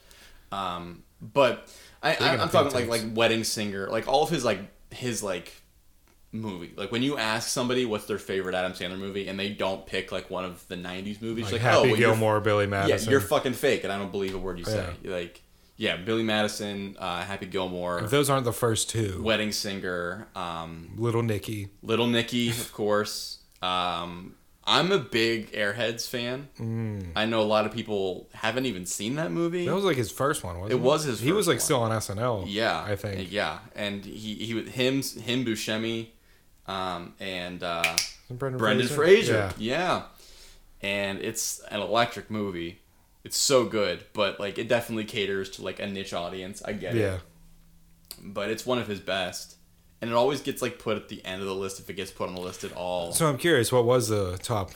Um, but I, I,
of
I'm
pink
talking like like
tanks.
Wedding Singer, like all of his like his like movie. Like when you ask somebody what's their favorite Adam Sandler movie and they don't pick like one of the '90s movies,
Like,
like, oh,
Happy
well, you're
Gilmore, Billy
yeah,
Madison. Oh,
you're fucking fake, and I don't believe a word you say. Like, yeah, Billy Madison, uh, Happy Gilmore,
Those aren't the first two.
Wedding Singer, um,
Little Nicky.
Little Nicky, of course. Um, I'm a big Airheads fan. I know a lot of people haven't even seen that movie.
Mm. That was like his first one, wasn't it?
It was his
He was
first
like
one.
still on SNL.
yeah,
I think.
Yeah, and he he was- him him Buscemi, um, and uh,
Brendan,
Brendan Fraser. Yeah. And it's an electric movie. It's so good, but like it definitely caters to like a niche audience. I
Yeah.
get
yeah.
it. But it's one of his best. And it always gets like put at the end of the list if it gets put on the list at all.
So I'm curious, what was the top?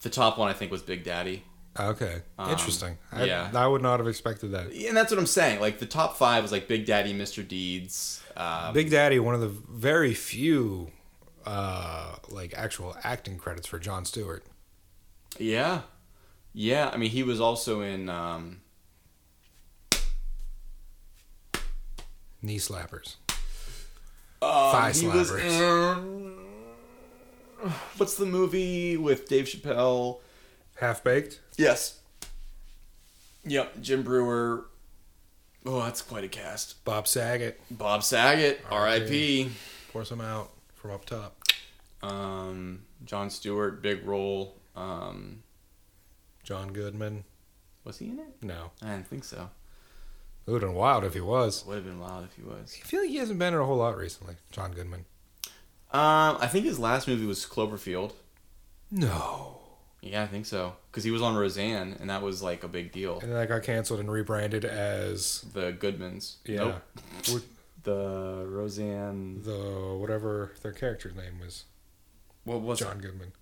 The top one I think was Big Daddy.
Okay, interesting. I,
Um, yeah.
I would not have expected that.
And that's what I'm saying. Like the top five is like Big Daddy, Mr. Deeds. Uh,
Big Daddy, one of the very few, uh, like actual acting credits for John Stewart.
yeah. Yeah. I mean, he was also in. Um,
Knee slappers.
uh,
Thigh
he was
slappers.
in- What's the movie with Dave Chappelle?
Half baked.
Yes. Yep, Jim Brewer. Oh, that's quite a cast.
Bob Saget.
Bob Saget, R.I.P.
Pour some out from up top.
Um, John Stewart, big role. Um,
John Goodman.
was he in it?
No.
I didn't think so.
It would have been wild if he was.
Would have been wild if he was.
I feel like he hasn't been in a whole lot recently. John Goodman.
Um, I think his last movie was Cloverfield.
No.
Yeah, I think so. Because he was on Roseanne, and that was like a big deal.
And then that got canceled and rebranded as
The Goodmans.
yeah,
Nope.
What-
The Roseanne.
the whatever their character's name was.
What was
John Goodman.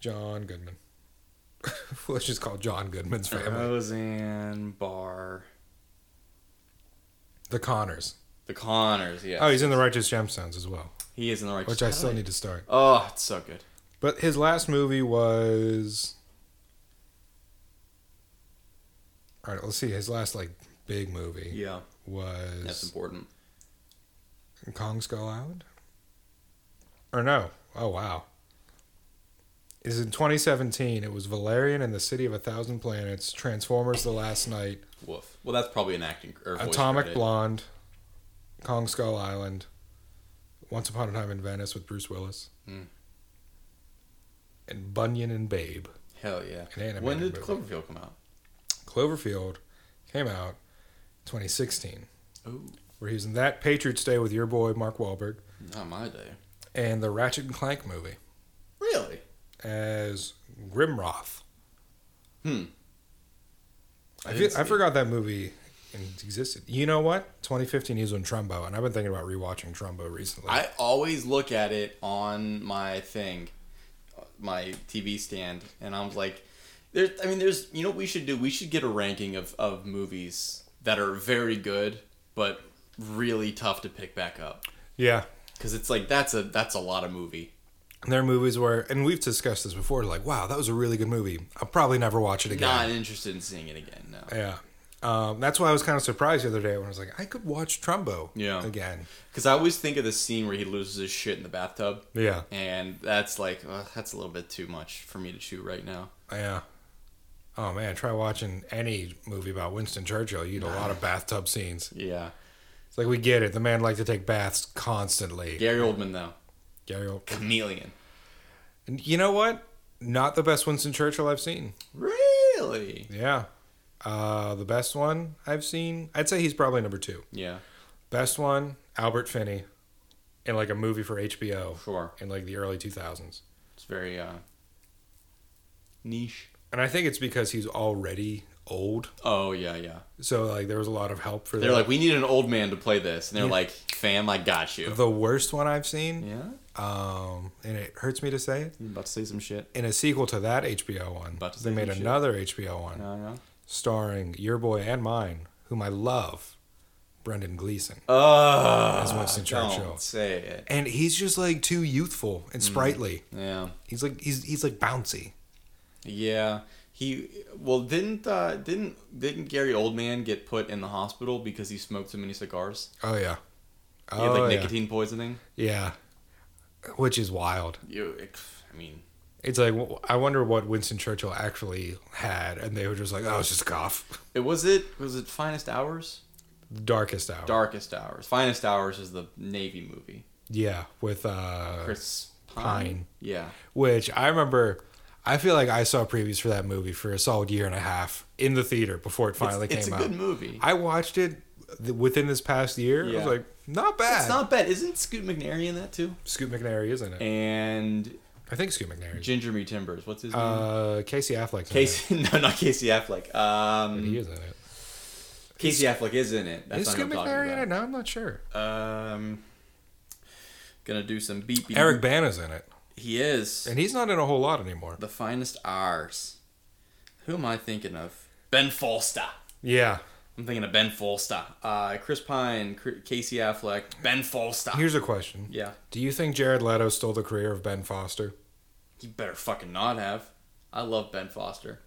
John Goodman. Let's just call John Goodman's
it?
family
Roseanne Barr.
the Connors.
The Connors. Yeah.
Oh, he's in the Righteous Gemstones as well,
He is in the right.
which I still
How do
need to start.
Oh, it's so good.
But his last movie was. All right, let's see. His last like big movie
Yeah, that's
was
important.
Kong Skull Island. Or no? Oh wow. Is in 2017. It was Valerian and the City of a Thousand Planets, Transformers: The Last Night,
Woof. Well, that's probably an acting or voice
Atomic
credit.
Blonde, Kong Skull Island, Once Upon a Time in Venice with Bruce Willis,
Mm.
and Bunyan and Babe.
Hell yeah.
An animated
When did
movie.
Cloverfield come out?
Cloverfield came out 2016,
Ooh,
where he was in that Patriots Day with your boy Mark Wahlberg,
not my day.
and the Ratchet and Clank movie
Really?
as Grimroth.
Hmm.
I,
didn't
feel,
see
I
it.
forgot that movie existed. You know what? 2015 he was in Trumbo, and I've been thinking about rewatching Trumbo recently.
I always look at it on my thing, my TV stand, and I'm like, there's. I mean, there's. You know what we should do? We should get a ranking of of movies that are very good, but really tough to pick back up
yeah,
because it's like that's a that's a lot of movie.
And there are movies where, and we've discussed this before, like, wow, that was a really good movie. I'll probably never watch it
Not
again.
interested in seeing it again. No.
Yeah. Um, that's why I was kind of surprised the other day when I was like, I could watch Trumbo
Yeah.
again.
Because I always think of the scene where he loses his shit in the bathtub.
Yeah.
And that's like, ugh, that's a little bit too much for me to chew right now.
Yeah. Oh, man, try watching any movie about Winston Churchill. You get a lot of bathtub scenes.
Yeah.
It's like, we get it. The man liked to take baths constantly.
Gary Oldman, though.
Gary Old-
Chameleon.
And you know what? Not the best Winston Churchill I've seen.
Really?
Yeah. Uh, the best one I've seen, I'd say he's probably number two.
Yeah.
Best one, Albert Finney, in like a movie for HBO
Sure.
in like the early 2000s.
It's very uh, niche.
And I think it's because he's already old.
Oh, yeah, yeah.
So like there was a lot of help for
They're
that.
like, we need an old man to play this. And they're like, fam, I got you.
the worst one I've seen.
Yeah?
Um, and it hurts me to say it.
You about to say some shit?
In a sequel to that HBO one,
About to
they
say
made
some shit.
another HBO one
No, no.
starring your boy and mine, whom I love, Brendan Gleeson.
Uh,
As Winston Churchill.
Don't say it.
And he's just like too youthful and sprightly.
Mm, Yeah.
He's like he's he's like bouncy.
Yeah, he well didn't uh, didn't didn't Gary Oldman get put in the hospital because he smoked too many cigars?
Oh yeah.
He had like
Oh, yeah.
nicotine poisoning.
Yeah. Which is wild.
You, it- I mean,
It's like w- I wonder what Winston Churchill actually had, and they were just like, "Oh, it's just a cough."
it was it was it finest hours,
Darkest hour.
darkest hours. Finest hours is the Navy movie.
Yeah, with uh,
Chris Pine.
Pine.
Yeah,
which I remember. I feel like I saw previews for that movie for a solid year and a half in the theater before it finally
it's, it's
came
a
out.
good movie.
I watched it th- within this past year. I
Yeah.
was like, not bad.
It's not bad. Isn't Scoot McNairy in that too?
Scoot McNairy, isn't it?
And
I think Scoot McNairy.
Ginger Me Timbers. What's his name?
Uh, Casey Affleck.
Casey. No, not Casey Affleck. Um,
He is in it.
Casey Affleck is in it. That's
is
not
Scoot
what I'm
McNairy in
talking
it? No, I'm not sure.
about. Um, gonna do some beep. beep.
Eric Bana's in it,
He is
and he's not in a whole lot anymore.
the finest R's. Who am I thinking of? Ben Foster.
Yeah.
I'm thinking of Ben Foster. Uh, Chris Pine, Cr- Casey Affleck, Ben Foster.
Here's a question.
yeah,
Do you think Jared Leto stole the career of Ben Foster?
he better fucking not have. I love Ben Foster.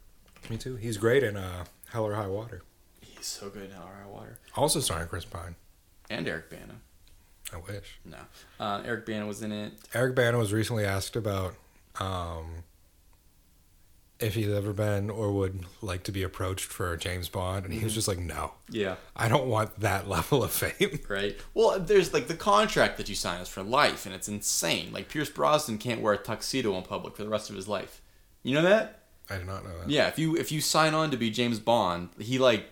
Me too. He's great in uh, Hell or High Water.
He's so good in High Water.
Also starring Chris Pine.
And Eric Bana.
I wish.
No. Uh, Eric Bana was in it.
Eric Bana was recently asked about um, if he's ever been or would like to be approached for James Bond, and he
Mm-hmm.
was just like, "No,
Yeah.
I don't want that level of fame."
Right? Well, there's like the contract that you sign is for life, and it's insane. Like, Pierce Brosnan can't wear a tuxedo in public for the rest of his life. You know that?
I did not know that.
Yeah, if you if you sign on to be James Bond, he like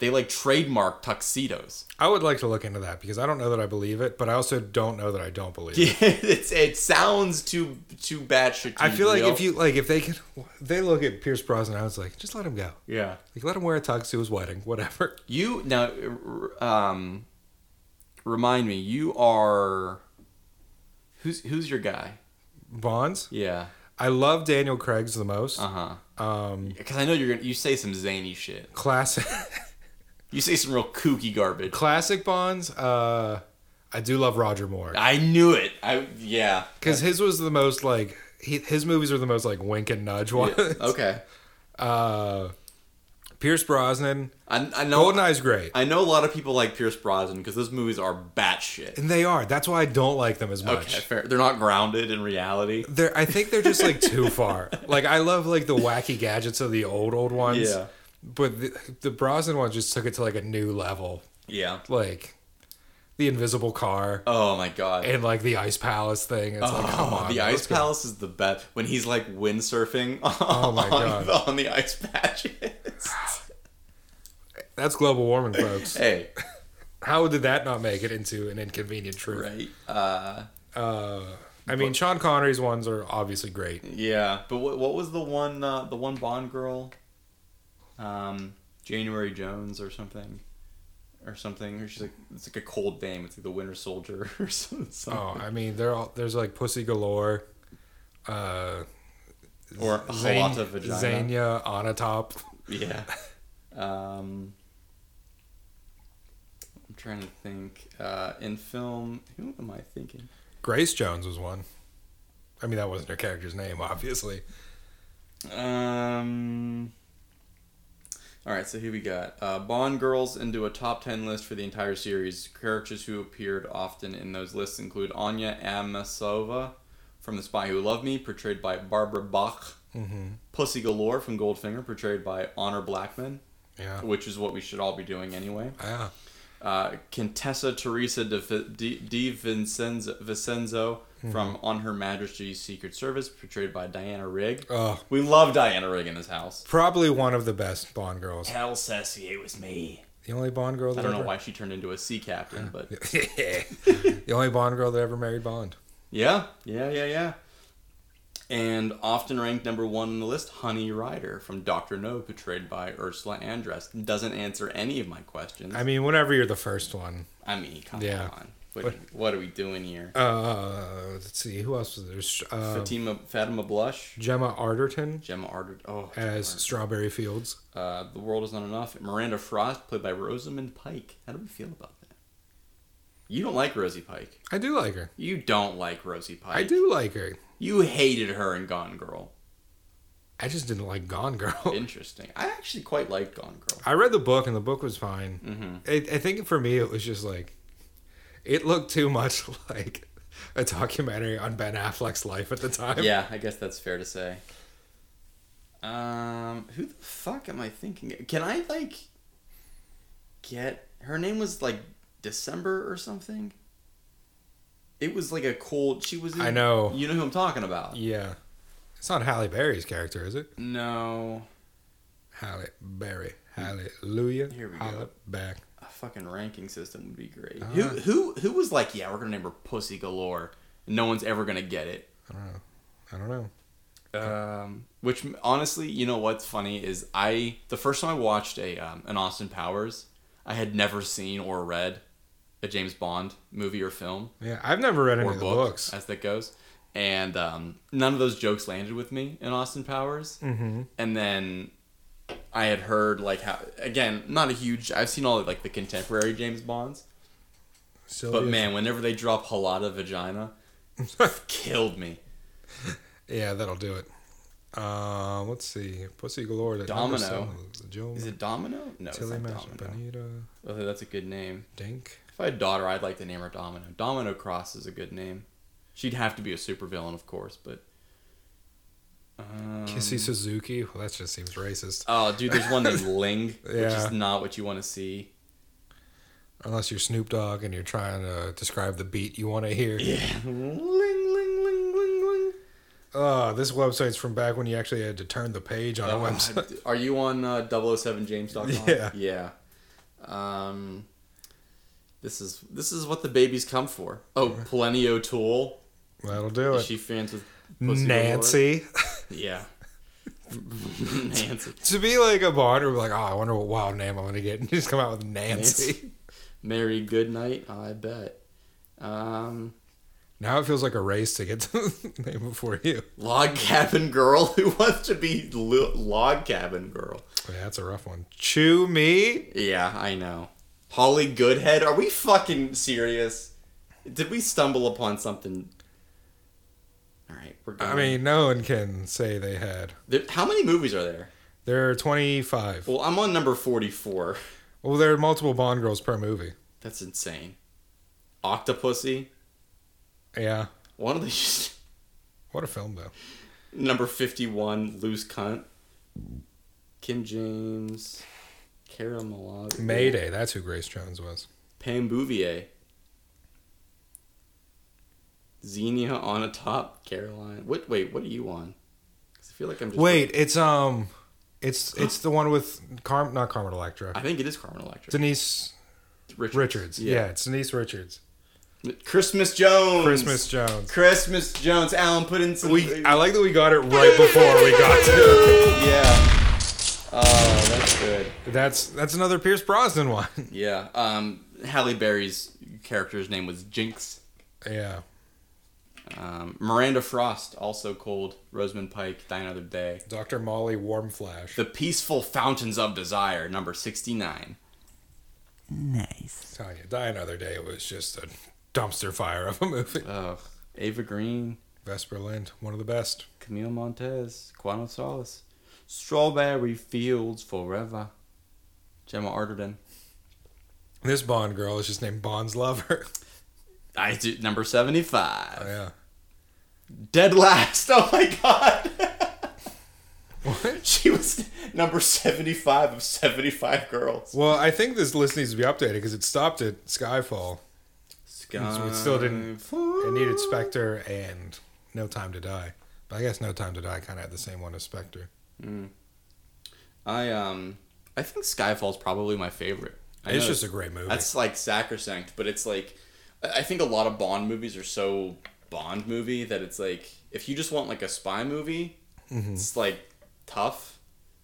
they like trademark tuxedos.
I would like to look into that because I don't know that I believe it, but I also don't know that I don't believe it.
it's, it sounds too too batshit.
I feel like
real.
if you like, if they could, they look at Pierce Brosnan. I was like, just let him go.
yeah
Like, let him wear a tux to his wedding, whatever.
you now r- um remind me you are who's who's your guy?
Bonds.
Yeah,
I love Daniel Craig's the most.
uh huh.
Um,
Because I know you're gonna you say some zany shit.
classic,
You say some real kooky garbage.
classic Bonds. Uh, I do love Roger Moore
I knew it. I yeah.
because his was the most like he, his movies are the most like wink and nudge
Yeah, Oh.
ones.
Okay.
Uh, Pierce Brosnan,
I, I know.
Goldeneye's great,
I know a lot of people like Pierce Brosnan because those movies are batshit.
and they are. That's why I don't like them as much.
Okay, fair. They're not grounded in reality.
They're, I think they're just like too far. Like I love like the wacky gadgets of the old old ones.
Yeah.
But the, the Brosnan one just took it to like a new level.
Yeah.
Like the invisible car
Oh my god.
and like the ice palace thing. It's like come
Oh,
on.
the
man,
ice
let's go. Oh
palace is the best when he's like windsurfing on,
my God.
The, on the ice patches.
That's global warming, folks.
hey,
How did that not make it into an inconvenient truth?
right? Uh,
Uh, I mean, Sean Connery's ones are obviously great.
yeah. But what, what was the one? Uh, the one Bond girl, um, January Jones or something, or something. Or she's like it's like a cold name. It's like the Winter Soldier or some- something.
Oh, I mean, they're all there's like pussy galore. Uh,
or a
Zane-
halata vagina.
Xenia on a top.
Yeah. Um, I'm trying to think. Uh, in film, who am I thinking?
Grace Jones was one. I mean, that wasn't her character's name, obviously.
Um. All right, so here we got uh, Bond girls into a top ten list for the entire series. Characters who appeared often in those lists include Anya Amasova from *The Spy Who Loved Me*, portrayed by Barbara Bach. Pussy Galore from *Goldfinger*, portrayed by Honor Blackman,
Yeah.
which is what we should all be doing anyway.
Yeah.
uh, Contessa Teresa de, de, de Vincenzo, Vincenzo
Mm-hmm.
from On Her Majesty's Secret Service, portrayed by Diana Rigg.
Oh,
We love Diana Rigg in this house.
probably one of the best Bond girls.
Tell Ceci it was me.
The only Bond girl that
I don't
ever...
know why she turned into a sea captain, but
the only Bond girl that ever married Bond.
yeah, yeah, yeah, yeah. And often ranked number one on the list, Honey Rider from Doctor No, portrayed by Ursula Andress, doesn't answer any of my questions.
I mean, whenever you're the first one.
I mean, come
Yeah.
on, what, what are we doing here?
Uh, let's see, who else was there? Sh- Uh,
Fatima Fatima Blush,
Gemma Arterton
Gemma Arter. Oh, Gemma
as
Arterton.
Strawberry Fields.
Uh, the World Is Not Enough. Miranda Frost, played by Rosamund Pike. How do we feel about that? You don't like Rosie Pike.
I do like her.
You don't like Rosie Pike.
I do like her.
You hated her in Gone Girl.
I just didn't like Gone Girl.
Interesting. I actually quite liked Gone Girl.
I read the book and the book was fine.
Mhm.
I, I think for me it was just like It looked too much like a documentary on Ben Affleck's life at the time.
Yeah, I guess that's fair to say. Um, who the fuck am I thinking? Can I like get her name was like December or something? It was like a cold. She was. In,
I know.
You know who I'm talking about?
Yeah. It's not Halle Berry's character, is it?
No,
Halle Berry. Hallelujah.
Here we go.
Halle Back.
a fucking ranking system would be great. Who who who was like, yeah, we're gonna name her Pussy Galore. No one's ever gonna get it.
I don't know. I don't know.
Um, which honestly, you know what's funny is I the first time I watched a um, an Austin Powers, I had never seen or read a James Bond movie or film
Yeah, I've never read any
or
of the
book
books.
as that goes, and um, none of those jokes landed with me in Austin Powers. Mm-hmm. And then I had heard like how again not a huge I've seen all of, like the contemporary James Bonds,
Sylvia-
but man, whenever they drop halada vagina, killed me.
Yeah, that'll do it. Uh, let's see. Pussy Galore. that
Domino.
number seven, Joe
Is it Domino? No,
Tilly
it's
Mash,
not Domino.
Bonita,
Although Oh, that's a good name.
Dink.
If I had a daughter, I'd like to name her Domino. Domino Cross is a good name. She'd have to be a supervillain, of course, but. Um,
Kissy Suzuki. Well, that just seems racist.
Oh, dude, there's one named Ling, which
Yeah.
is not what you want to see.
Unless you're Snoop Dogg and you're trying to describe the beat you want to hear.
Yeah. Ling, ling, ling, ling, ling.
Oh, this website's from back when you actually had to turn the page on a
Oh,
website.
d- Are you on uh, 007james.com?
Yeah.
Yeah. Um, this is this is what the babies come for. Oh, Plenty O'Toole.
That'll do
Is
it.
she fans with Pussy Galore?
Nancy.
Yeah. Nancy.
to be like a bond, or like, oh, I wonder what wild name I'm gonna get, and just come out with Nancy.
Nancy. Mary Goodnight, I bet. Um,
Now it feels like a race to get to the name before you.
log Cabin Girl. Who wants to be lo- Log Cabin Girl?
Yeah, that's a rough one. Chew me.
Yeah, I know. Holly Goodhead. Are we fucking serious? Did we stumble upon something? All right, we're going.
I mean, no one can say they had.
There- how many movies are there?
There are 25.
Well, I'm on number 44.
Well, there are multiple Bond girls per movie.
That's insane. Octopussy.
Yeah.
One of the
What a film, though.
number 51. Loose cunt. Kim James. Cara Malaga.
Mayday. That's who Grace Jones was.
Pam Bouvier. Xenia on a top, Caroline. What? Wait, what are you on? 'Cause I feel like I'm just.
Wait, it's um, it's it's the one with Carm, not Carmen Electra.
I think it is Carmen Electra.
Denise
Richards.
Richards. Yeah. it's Denise Richards.
Christmas Jones.
Christmas Jones.
Christmas Jones. Alan, put in some.
We I like that we got it right before we got to.
yeah. Oh, that's good.
it. That's that's another Pierce Brosnan one.
Yeah. Um, Halle Berry's character's name was Jinx.
yeah.
Um, Miranda Frost, also called Rosamund Pike, Die Another Day.
Dr. Molly Warm Flash.
The Peaceful Fountains of Desire, number 69.
telling you, Die Another Day was just a dumpster fire of a movie.
Oh, Ava Green,
Vesper Lind, one of the best.
Camille Montez, Quantum Solace, Strawberry Fields Forever, Gemma Arterton.
This Bond girl is just named Bond's Lover.
I do number
Oh,
seventy-five.
yeah.
Dead last. Oh my god. She was number seventy-five of seventy-five girls.
Well, I think this list needs to be updated because it stopped at Skyfall. it still didn't- It needed Spectre and No Time to Die. But I guess No Time to Die kind of had the same one as Spectre.
I um, I think Skyfall's probably my favorite. I
It's
know
just a
that's-
great movie.
That's like sacrosanct, but it's like I I think a lot of Bond movies are so Bond movie that it's like if you just want like a spy movie, it's like tough.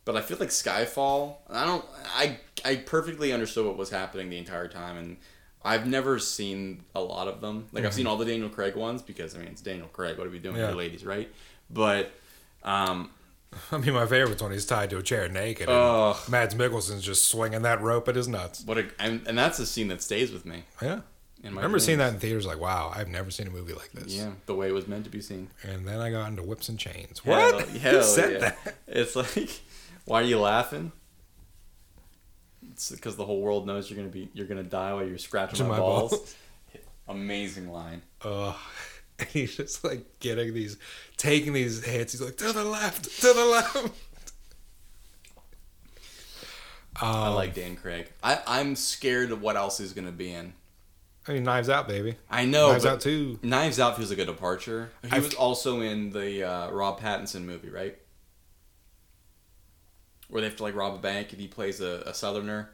But I feel like Skyfall. I don't. I I perfectly understood what was happening the entire time, and I've never seen a lot of them. Like I've seen all the Daniel Craig ones because I mean it's Daniel Craig. What are we doing
Yeah.
here, ladies? Right? But um,
I mean, my favorite's when he's tied to a chair naked. and
Ugh.
Mads Mikkelsen's just swinging that rope at his nuts.
what a and, and that's a scene that stays with me.
Yeah.
In
I
my
remember seeing
dreams.
that in theaters like, wow, I've never seen a movie like this.
Yeah, the way it was meant to be seen.
And then I got into Whips and Chains.
Hell-
What?
Hell,
Who said
yeah.
that?
It's like, why are you laughing? It's because the whole world knows you're gonna be you're gonna die while you're scratching
To
my,
my
balls.
balls.
Amazing line.
Uh, and he's just like getting these, taking these hits. He's like, to the left, to the left. Um,
I like Dan Craig. I, I'm scared of what else he's gonna be in.
I mean, Knives Out, baby.
I know.
Knives
Oh, but
Out too.
Knives Out feels like a departure. He
I-
was also in the uh, Rob Pattinson movie, right? Where they have to like rob a bank and he plays a, a Southerner.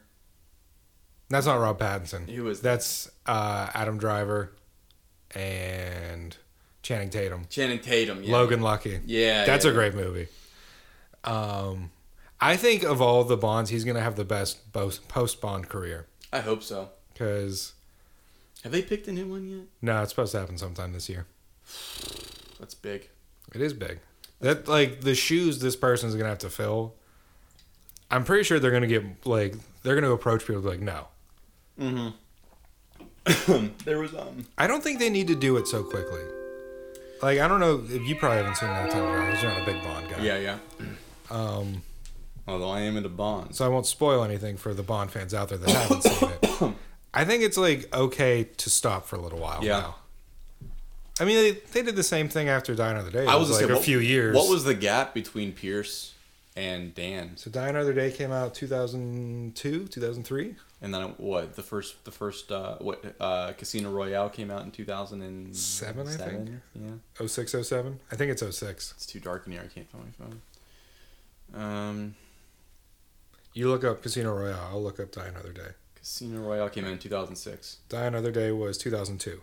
That's not Rob Pattinson.
Who was that?
That's uh, Adam Driver and Channing Tatum.
Channing Tatum. Yeah.
Logan Lucky.
Yeah.
That's
yeah.
a great movie. Um, I think of all the Bonds, he's gonna have the best post Bond career
I hope so.
because
Have they picked a new one yet?
no, it's supposed to happen sometime this year.
That's big.
It is big. That like the shoes this person's gonna have to fill. I'm pretty sure they're gonna get like they're gonna approach people and be like no.
There was um.
I don't think they need to do it so quickly. Like I don't know if you probably haven't seen that time around because you're not a big Bond guy.
Yeah, yeah. Um. Although I am into Bonds.
So I won't spoil anything for the Bond fans out there that haven't seen it. I think it's like okay to stop for a little while.
Yeah.
Now. I mean, they, they did the same thing after Die Another Day. It
I was
like
gonna say,
a
what-
few years.
What was the gap between Pierce and Dan?
so? Die Another Day came out 2002, 2003.
And then what? The first, the first, uh, what? Uh, Casino Royale came out in two thousand and
Seven, I think.
Yeah,
06, 07? I think it's 06.
it's too dark in here. I can't find my phone. Um,
You look up Casino Royale. I'll look up Die Another Day.
Casino Royale came out in two thousand six.
Die Another Day was 2002.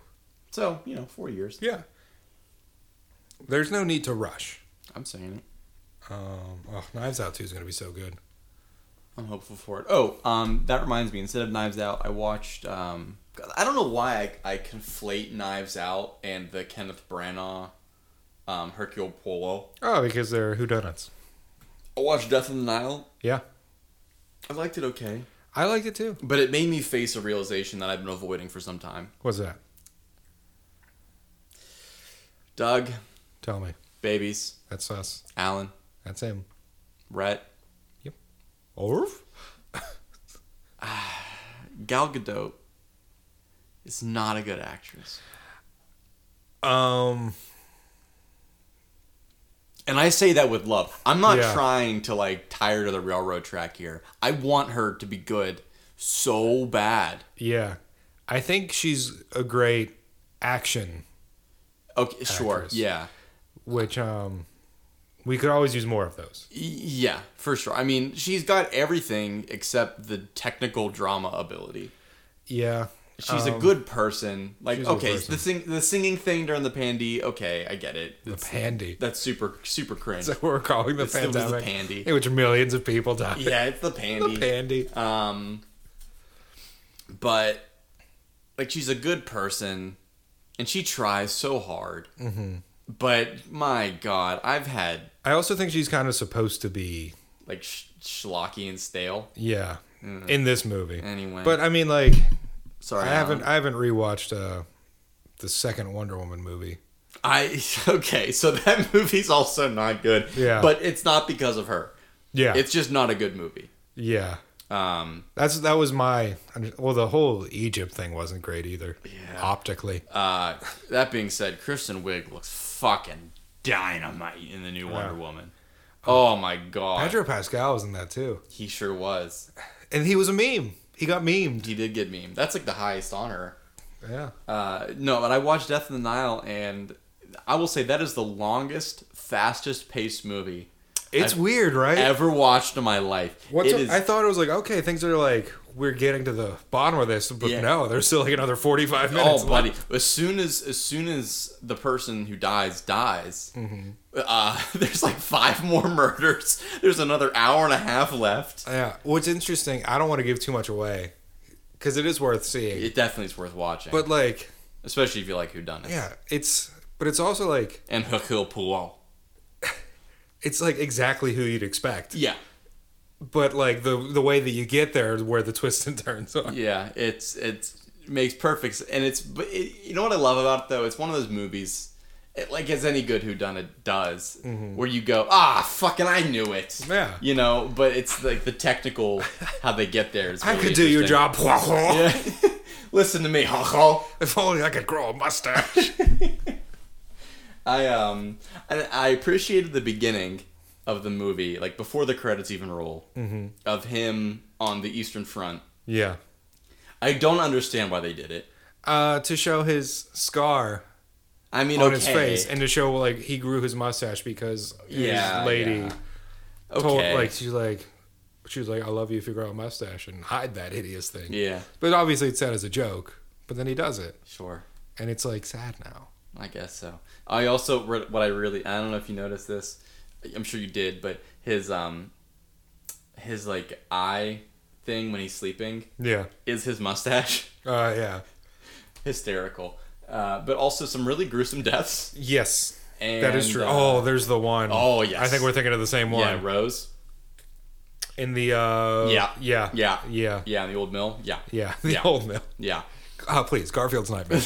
So you know, four years.
Yeah. There's no need to rush.
I'm saying it.
Um, oh, Knives Out 2 is going to be so good.
I'm hopeful for it. Oh, um, that reminds me. Instead of Knives Out, I watched. Um, God, I don't know why I, I conflate Knives Out and the Kenneth Branagh, um, Hercule Poirot.
Oh, because they're whodunits.
I watched Death in the Nile.
Yeah.
I liked it okay,
I liked it too.
but it made me face a realization that I've been avoiding for some time.
What's that?
Doug,
Tell me.
babies,
That's us.
Alan,
That's him.
Rhett,
Orf?
Gal Gadot is not a good actress.
Um,
And I say that with love. I'm not
Yeah.
trying to like tire to the railroad track here. I want her to be good so bad.
yeah. I think she's a great action,
Okay, sure.
Actress.
Yeah.
which um, we could always use more of those.
Y- Yeah, for sure. I mean, she's got everything except the technical drama ability.
Yeah.
She's a
Um,
good person. Like,
she's a good
okay,
person.
the sing- the singing thing during the pandy. Okay, I get it.
The
It's-
pandy.
That's super super cringe.
That's what we're calling the
It's- it was the
pandemic.
pandy.
In which millions of people died.
yeah, it's the pandy.
The pandy.
Um, but like she's a good person, and she tries so hard. Mm-hmm. But my God, I've had
I also think she's kind of supposed to be,
like sh- schlocky and stale.
yeah, in this movie.
Mm. Anyway,
But I mean, like,
sorry,
I haven't,
Alan.
I haven't rewatched uh, the second Wonder Woman movie.
I okay, so that movie's also not good.
Yeah.
but it's not because of her.
Yeah,
It's just not a good movie.
yeah.
Um,
That's that was my well. The whole Egypt thing wasn't great either. Yeah. Optically,
uh, that being said, Kristen Wiig looks fucking dynamite in the new Wonder Woman. Oh my god,
Pedro Pascal was in that too,
he sure was.
and he was a meme. He got memed.
He did get meme. That's like the highest honor.
Yeah.
Uh, no, but I watched Death in the Nile, and I will say that is the longest, fastest paced movie
It's
I've
weird, right?
ever watched in my life.
What's
It
up-
is-
I thought it was like okay, things are like we're getting to the bottom of this, but
Yeah.
no, there's still like another 45 minutes.
oh, buddy! As soon as as soon as the person who dies dies,
Mm-hmm.
uh, there's like five more murders. There's another hour and a half left.
Yeah. What's interesting, I don't want to give too much away because it is worth seeing.
It definitely is worth watching,
but like,
especially if you like Who Done It
yeah, it's but it's also like
and Hercule Poirot.
it's like exactly who you'd expect.
Yeah,
But like the the way that you get there is where the twists and turns are.
Yeah, it's it's it makes perfect, s- and it's but it, you know what I love about it though. It's one of those movies, it, like as any good whodunit does, where you go, ah, fucking, I knew it.
Mm-hmm. Yeah.
you know, but it's like the technical how they get there. Is
I
really
could do your
interesting.
job.
Yeah. Listen to me, Hochul.
If only I could grow a mustache.
I um I, I appreciated the beginning of the movie, like before the credits even roll,
Mm-hmm.
of him on the Eastern Front.
yeah.
I don't understand why they did it.
Uh, to show his scar
I mean,
on
okay,
his face and to show like he grew his mustache because
Yeah,
his lady
yeah.
told
okay,
like she's like she was like I love you if you grow a mustache and hide that hideous thing.
yeah,
But obviously it's said as a joke. But then he does it,
sure.
and it's like sad now.
I guess so. I also re- what I really I don't know if you noticed this. I'm sure you did, but his um his like eye thing when he's sleeping
Yeah.
is his mustache.
Uh, yeah.
Hysterical. Uh, but also some really gruesome deaths.
Yes.
And,
that is true.
uh,
oh, there's the one.
Oh, yes.
I think we're thinking of the same one.
yeah, Rose.
In the uh
Yeah.
Yeah.
Yeah.
Yeah.
Yeah, in the old mill. Yeah.
Yeah. The
Yeah.
old mill.
Yeah.
Oh, please, Garfield's nightmare.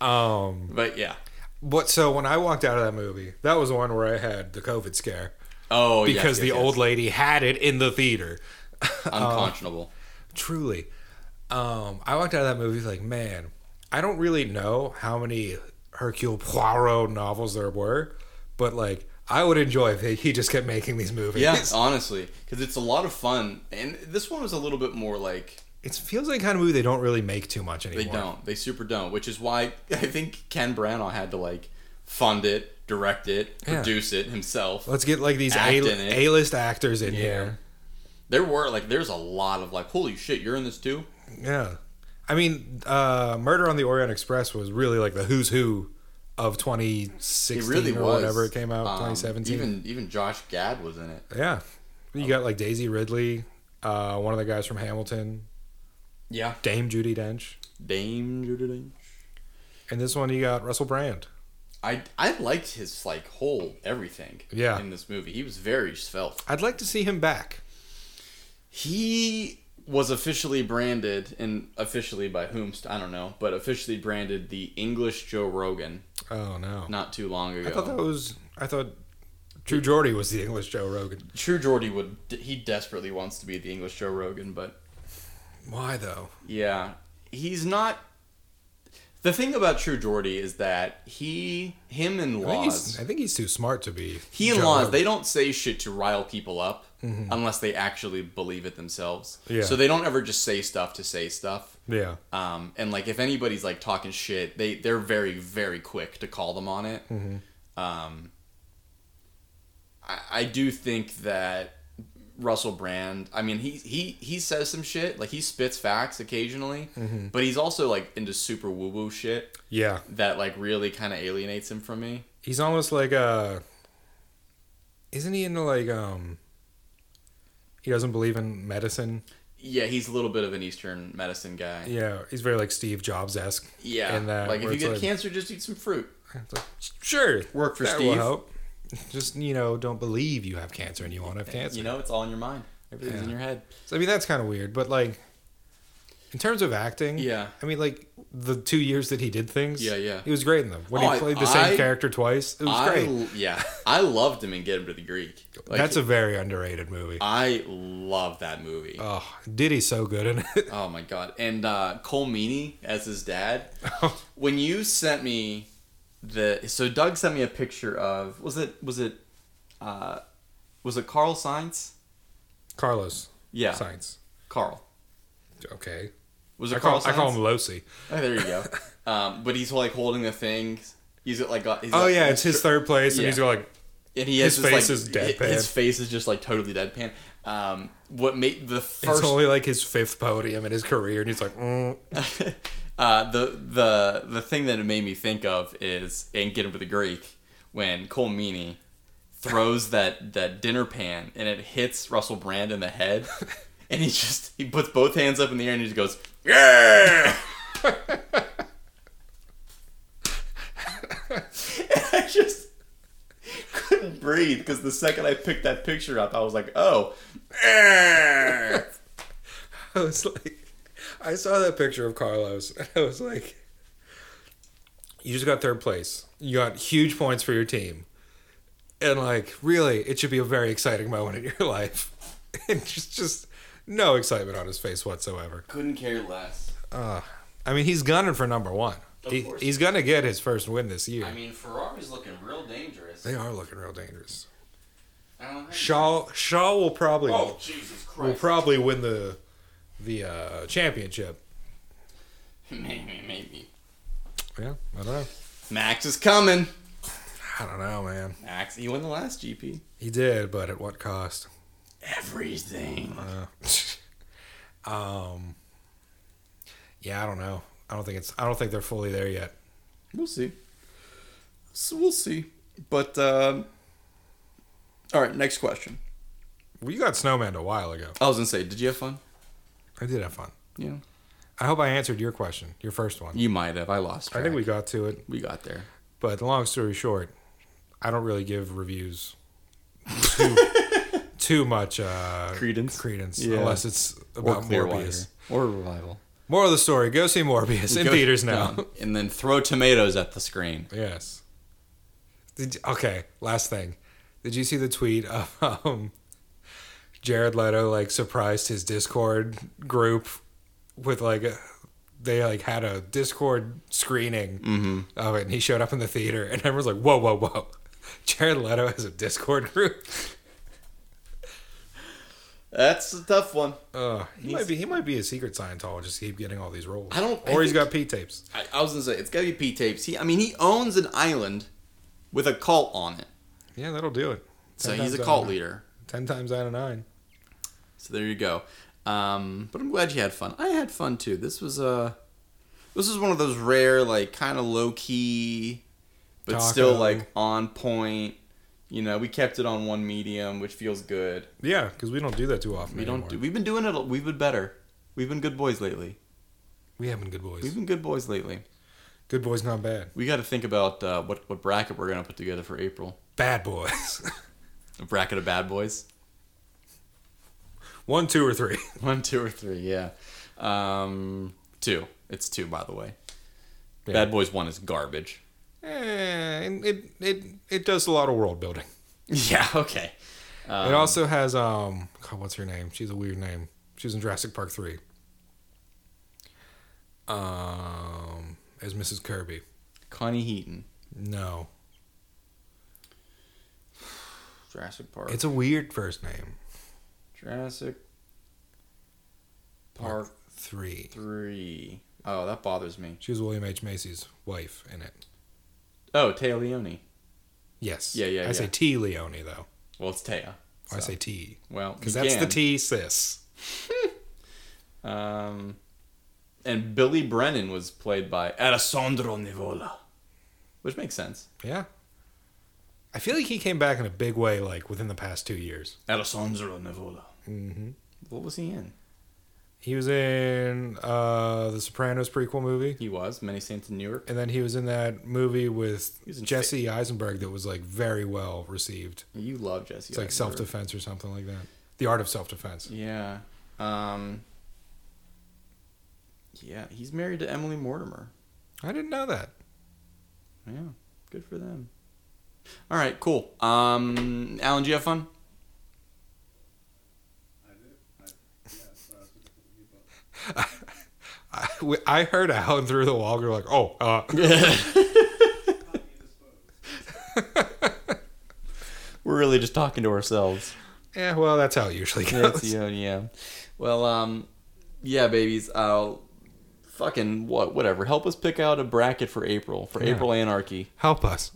um
But yeah.
what so when I walked out of that movie, that was the one where I had the COVID scare.
Oh, yes, yes,
Because the
yes.
old lady had it in the theater.
unconscionable.
oh. truly um i walked out of that movie like man i don't really know how many hercule poirot novels there were but like i would enjoy if he- he just kept making these movies
yeah, honestly, because it's a lot of fun, and this one was a little bit more like
it feels like the kind of movie they don't really make too much anymore
They don't. They super don't, which is why I think Ken Branagh had to like fund it, direct it,
Yeah.
produce it himself.
let's get like these
Act
A-
in it.
a-list actors in
Yeah.
here
There were like there's a lot of like holy shit, you're in this too.
yeah i mean uh murder on the orient express was really like the who's who of 2016
It really
or
was.
whatever it came out
Um,
2017
Even even Josh Gad was in it.
yeah you got like daisy ridley uh one of the guys from hamilton
Yeah.
Dame Judy Dench.
Dame Judi Dench.
And this one you got Russell Brand.
I I liked his like whole everything.
Yeah.
In this movie, he was very svelte.
I'd like to see him back.
He was officially branded and officially by whom I don't know, but officially branded the English Joe Rogan
Oh no.
not too long ago.
I thought that was I thought True Jordy was the English Joe Rogan.
True Jordy would he desperately wants to be the English Joe Rogan, but
Why though?
yeah, he's not. The thing about True Jordy is that he, him, and
I think, he's,
Laws,
I think he's too smart to be
he and
Joe
Laws,
Rogan. Mm-hmm.
they don't say shit to rile people up unless they actually believe it themselves.
Yeah.
So they don't ever just say stuff to say stuff.
Yeah.
Um, and like if anybody's like talking shit, they they're very very quick to call them on it.
Mm-hmm.
Um, I, I do think that Russell Brand. I mean, he he he says some shit like he spits facts occasionally,
Mm-hmm.
but he's also like into super woo woo shit
Yeah.
that like really kind of alienates him from me.
He's almost like uh isn't he into like um he doesn't believe in medicine.
Yeah, he's a little bit of an Eastern medicine guy.
Yeah, he's very like Steve Jobs esque.
Yeah,
And that
like if
where
you
it's
get
like-
cancer, just eat some fruit.
Sure,
Work for
that will
Steve.
help. Just you know, don't believe you have cancer and you won't have cancer.
You know, it's all in your mind. Everything's in
Yeah.
your head.
So I mean that's kind of weird, but like in terms of acting,
Yeah.
I mean like the two years that he did things,
Yeah, yeah.
he was great in them. When
Oh, I-
he played the same
I-
character twice, it was
I,
great.
Yeah, I loved him and Get Him to the Greek. Like,
that's a very underrated movie.
I love that movie.
oh, Diddy's so good in it.
oh my god! And uh, Cole Meany as his dad. when you sent me the so Doug sent me a picture of was it was it uh, was it Carl Sainz?
Carlos,
Yeah,
Sainz.
Carl.
Okay,
Was it
I
Carl?
call, I call him
Sainz?
Losi.
Oh, there you go. um, but he's like holding the thing. He's like, got- he's
Oh
like-
yeah, it's his third place, and
Yeah.
he's like,
and he has
His
this,
face
like,
is deadpan.
His face is just like totally deadpan. Um, what made the first
it's only like his fifth podium in his career, and he's like, mm.
uh, the the the thing that it made me think of is in Get Him to the Greek when Cole Meany throws that that dinner pan and it hits Russell Brand in the head, and he just he puts both hands up in the air and he just goes yeah. And I just couldn't breathe because the second I picked that picture up, I was like, oh. yeah.
I was like, I saw that picture of Carlos, and I was like, you just got third place. You got huge points for your team. And like, really, it should be a very exciting moment in your life. And just, just no excitement on his face whatsoever.
Couldn't care less.
I mean, he's gunning for number one.
Of
He,
course.
he's gonna get his first win this year.
I mean, Ferrari's looking real dangerous.
they are looking real dangerous.
I don't think-
Shaw Shaw will probably
Oh Jesus
will
Christ!
probably win the the uh, championship.
maybe, maybe.
Yeah, I don't know.
Max is coming.
I don't know, man.
Max, he won the last GP.
He did, but at what cost?
Everything.
Uh, um, yeah, I don't know. I don't think it's. I don't think they're fully there yet.
We'll see. So we'll see. But um, all right, next question.
We got snowman a while ago.
I was gonna say, did you have fun?
I did have fun.
Yeah,
I hope I answered your question, your first one.
you might have. I lost.
I
Track.
think we got to it.
we got there.
But long story short, I don't really give reviews too, too much uh,
Credence?
Credence,
Yeah.
unless it's about Morbius.
or revival.
Moral of the story: Go see Morbius in
Go-
theaters now.
No. and then throw tomatoes at the screen.
Yes. Did, okay. Last thing. Did you see the tweet of um, Jared Leto like surprised his Discord group with like a, they like had a Discord screening
Mm-hmm.
of it, and he showed up in the theater, and everyone's like, "Whoa, whoa, whoa!" Jared Leto has a Discord group.
That's a tough one.
Uh, he might be he might be a secret Scientologist. Keep getting all these roles.
I don't- I
Or he's
think-
got P tapes.
I, I was gonna say it's gotta be P tapes. He, I mean, he owns an island with a cult on it,
Yeah, that'll do it.
so
Ten
he's a
times out
cult
of-
leader.
Ten times out of nine.
So there you go. Um, but I'm glad you had fun. I had fun too. This was uh, this was one of those rare, like kind of low key, but
Taco.
still like on point. You know, we kept it on one medium, which feels good.
Yeah, because we don't do that too often.
We
anymore.
don't. Do, we've been doing it. We've been better. We've been good boys lately.
We have been good boys.
We've been good boys lately.
Good boys, not bad.
We got to think about uh, what what bracket we're gonna put together for April.
Bad boys.
A bracket of bad boys.
One, two, or three.
One, two, or three. Yeah. Um, two. It's two, by the way.
Yeah.
Bad Boys One is garbage.
Eh, And it it it does a lot of world building.
Yeah. Okay. Um,
it also has um, God, what's her name? She's a weird name. She was in Jurassic Park three. Um, as Mrs. Kirby.
Connie Heaton.
No,
Jurassic Park.
it's a weird first name.
Jurassic Park
Three.
Three. Oh, that bothers me.
She was William H Macy's wife in it.
Oh, Taya Leone.
Yes.
Yeah, yeah,
I
yeah.
say T Leone though.
Well, it's Taya.
I say T
Well,
because
you
that's the
can.
T sis.
Um, and Billy Brennan was played by Alessandro Nivola, which makes sense.
Yeah. I feel like he came back in a big way, like within the past two years.
Alessandro Nivola. Mm-hmm. What was he in?
He was in uh, the Sopranos prequel movie,
He was Many Saints in Newark.
and then he was in that movie with
He was in
Jesse Eisenberg that was like very well received.
You love Jesse.
It's like self
Eisenberg.
defense or something like that. The Art of Self Defense.
Yeah. Um, yeah, he's married to Emily Mortimer.
I didn't know that.
Yeah, good for them. All right, cool. Um, Alan, do you have fun?
I, we- I heard Alan through the wall. We were like, oh, uh.
We're really just talking to ourselves.
yeah, well, that's how it usually goes.
That's, yeah, uh, yeah. Well, um, yeah, babies. I'll fucking what, whatever. Help us pick out a bracket for April for April Anarchy.
Help us.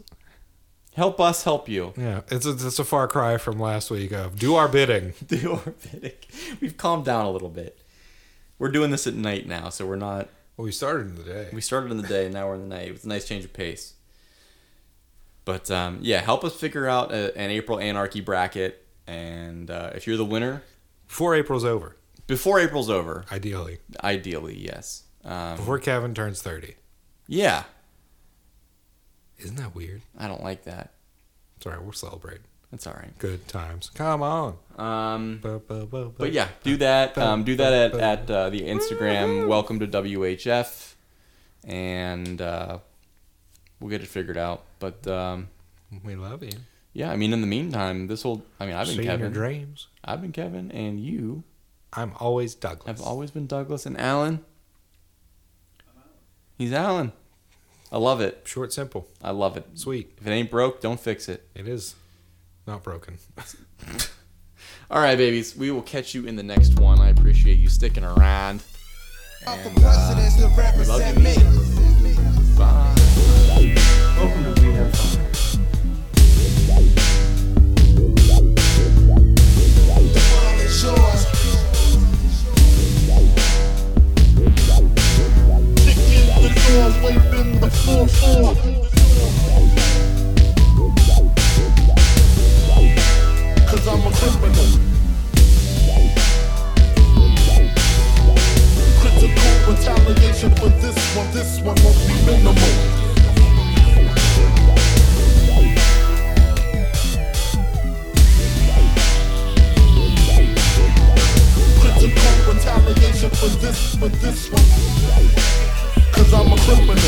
Help us help you.
Yeah, it's a, it's a far cry from last week of do our bidding.
Do our bidding. We've calmed down a little bit. We're doing this at night now, so we're not.
Well, we started in the day.
We started in the day, now we're in the night. It was a nice change of pace. But um, yeah, help us figure out a, an April Anarchy bracket, and uh, if you're the winner
Before April's over,
before April's over,
ideally.
ideally, yes. Um,
Before Kevin turns 30.
yeah,
Isn't that weird?
I don't like that.
It's all right. We'll celebrate.
That's all right.
Good times. Come on.
Um,
Bu- bu- bu- bu-
but yeah, do that. Um, do that at, at uh, the Instagram. Welcome to WHF, and uh, we'll get it figured out. But um,
We love you.
yeah, I mean, in the meantime, this whole I mean, I've been
See you in your
Kevin.
dreams.
I've been Kevin, and you
I'm always
I've
Douglas.
always been Douglas and Alan. He's Alan. I love it.
Short, simple,
I love it.
sweet.
If it ain't broke, don't fix it.
It is not broken.
All right, babies. We will catch you in the next one. I appreciate you sticking around. uh,
For presidents to represent me.
Welcome to We Have Fun.
The world is yours.
Kick in the door, wave in the floor, floor. Cause I'm a criminal. Critical retaliation for this one, this one won't be minimal. Critical retaliation for this, for this one. Cause I'm a criminal.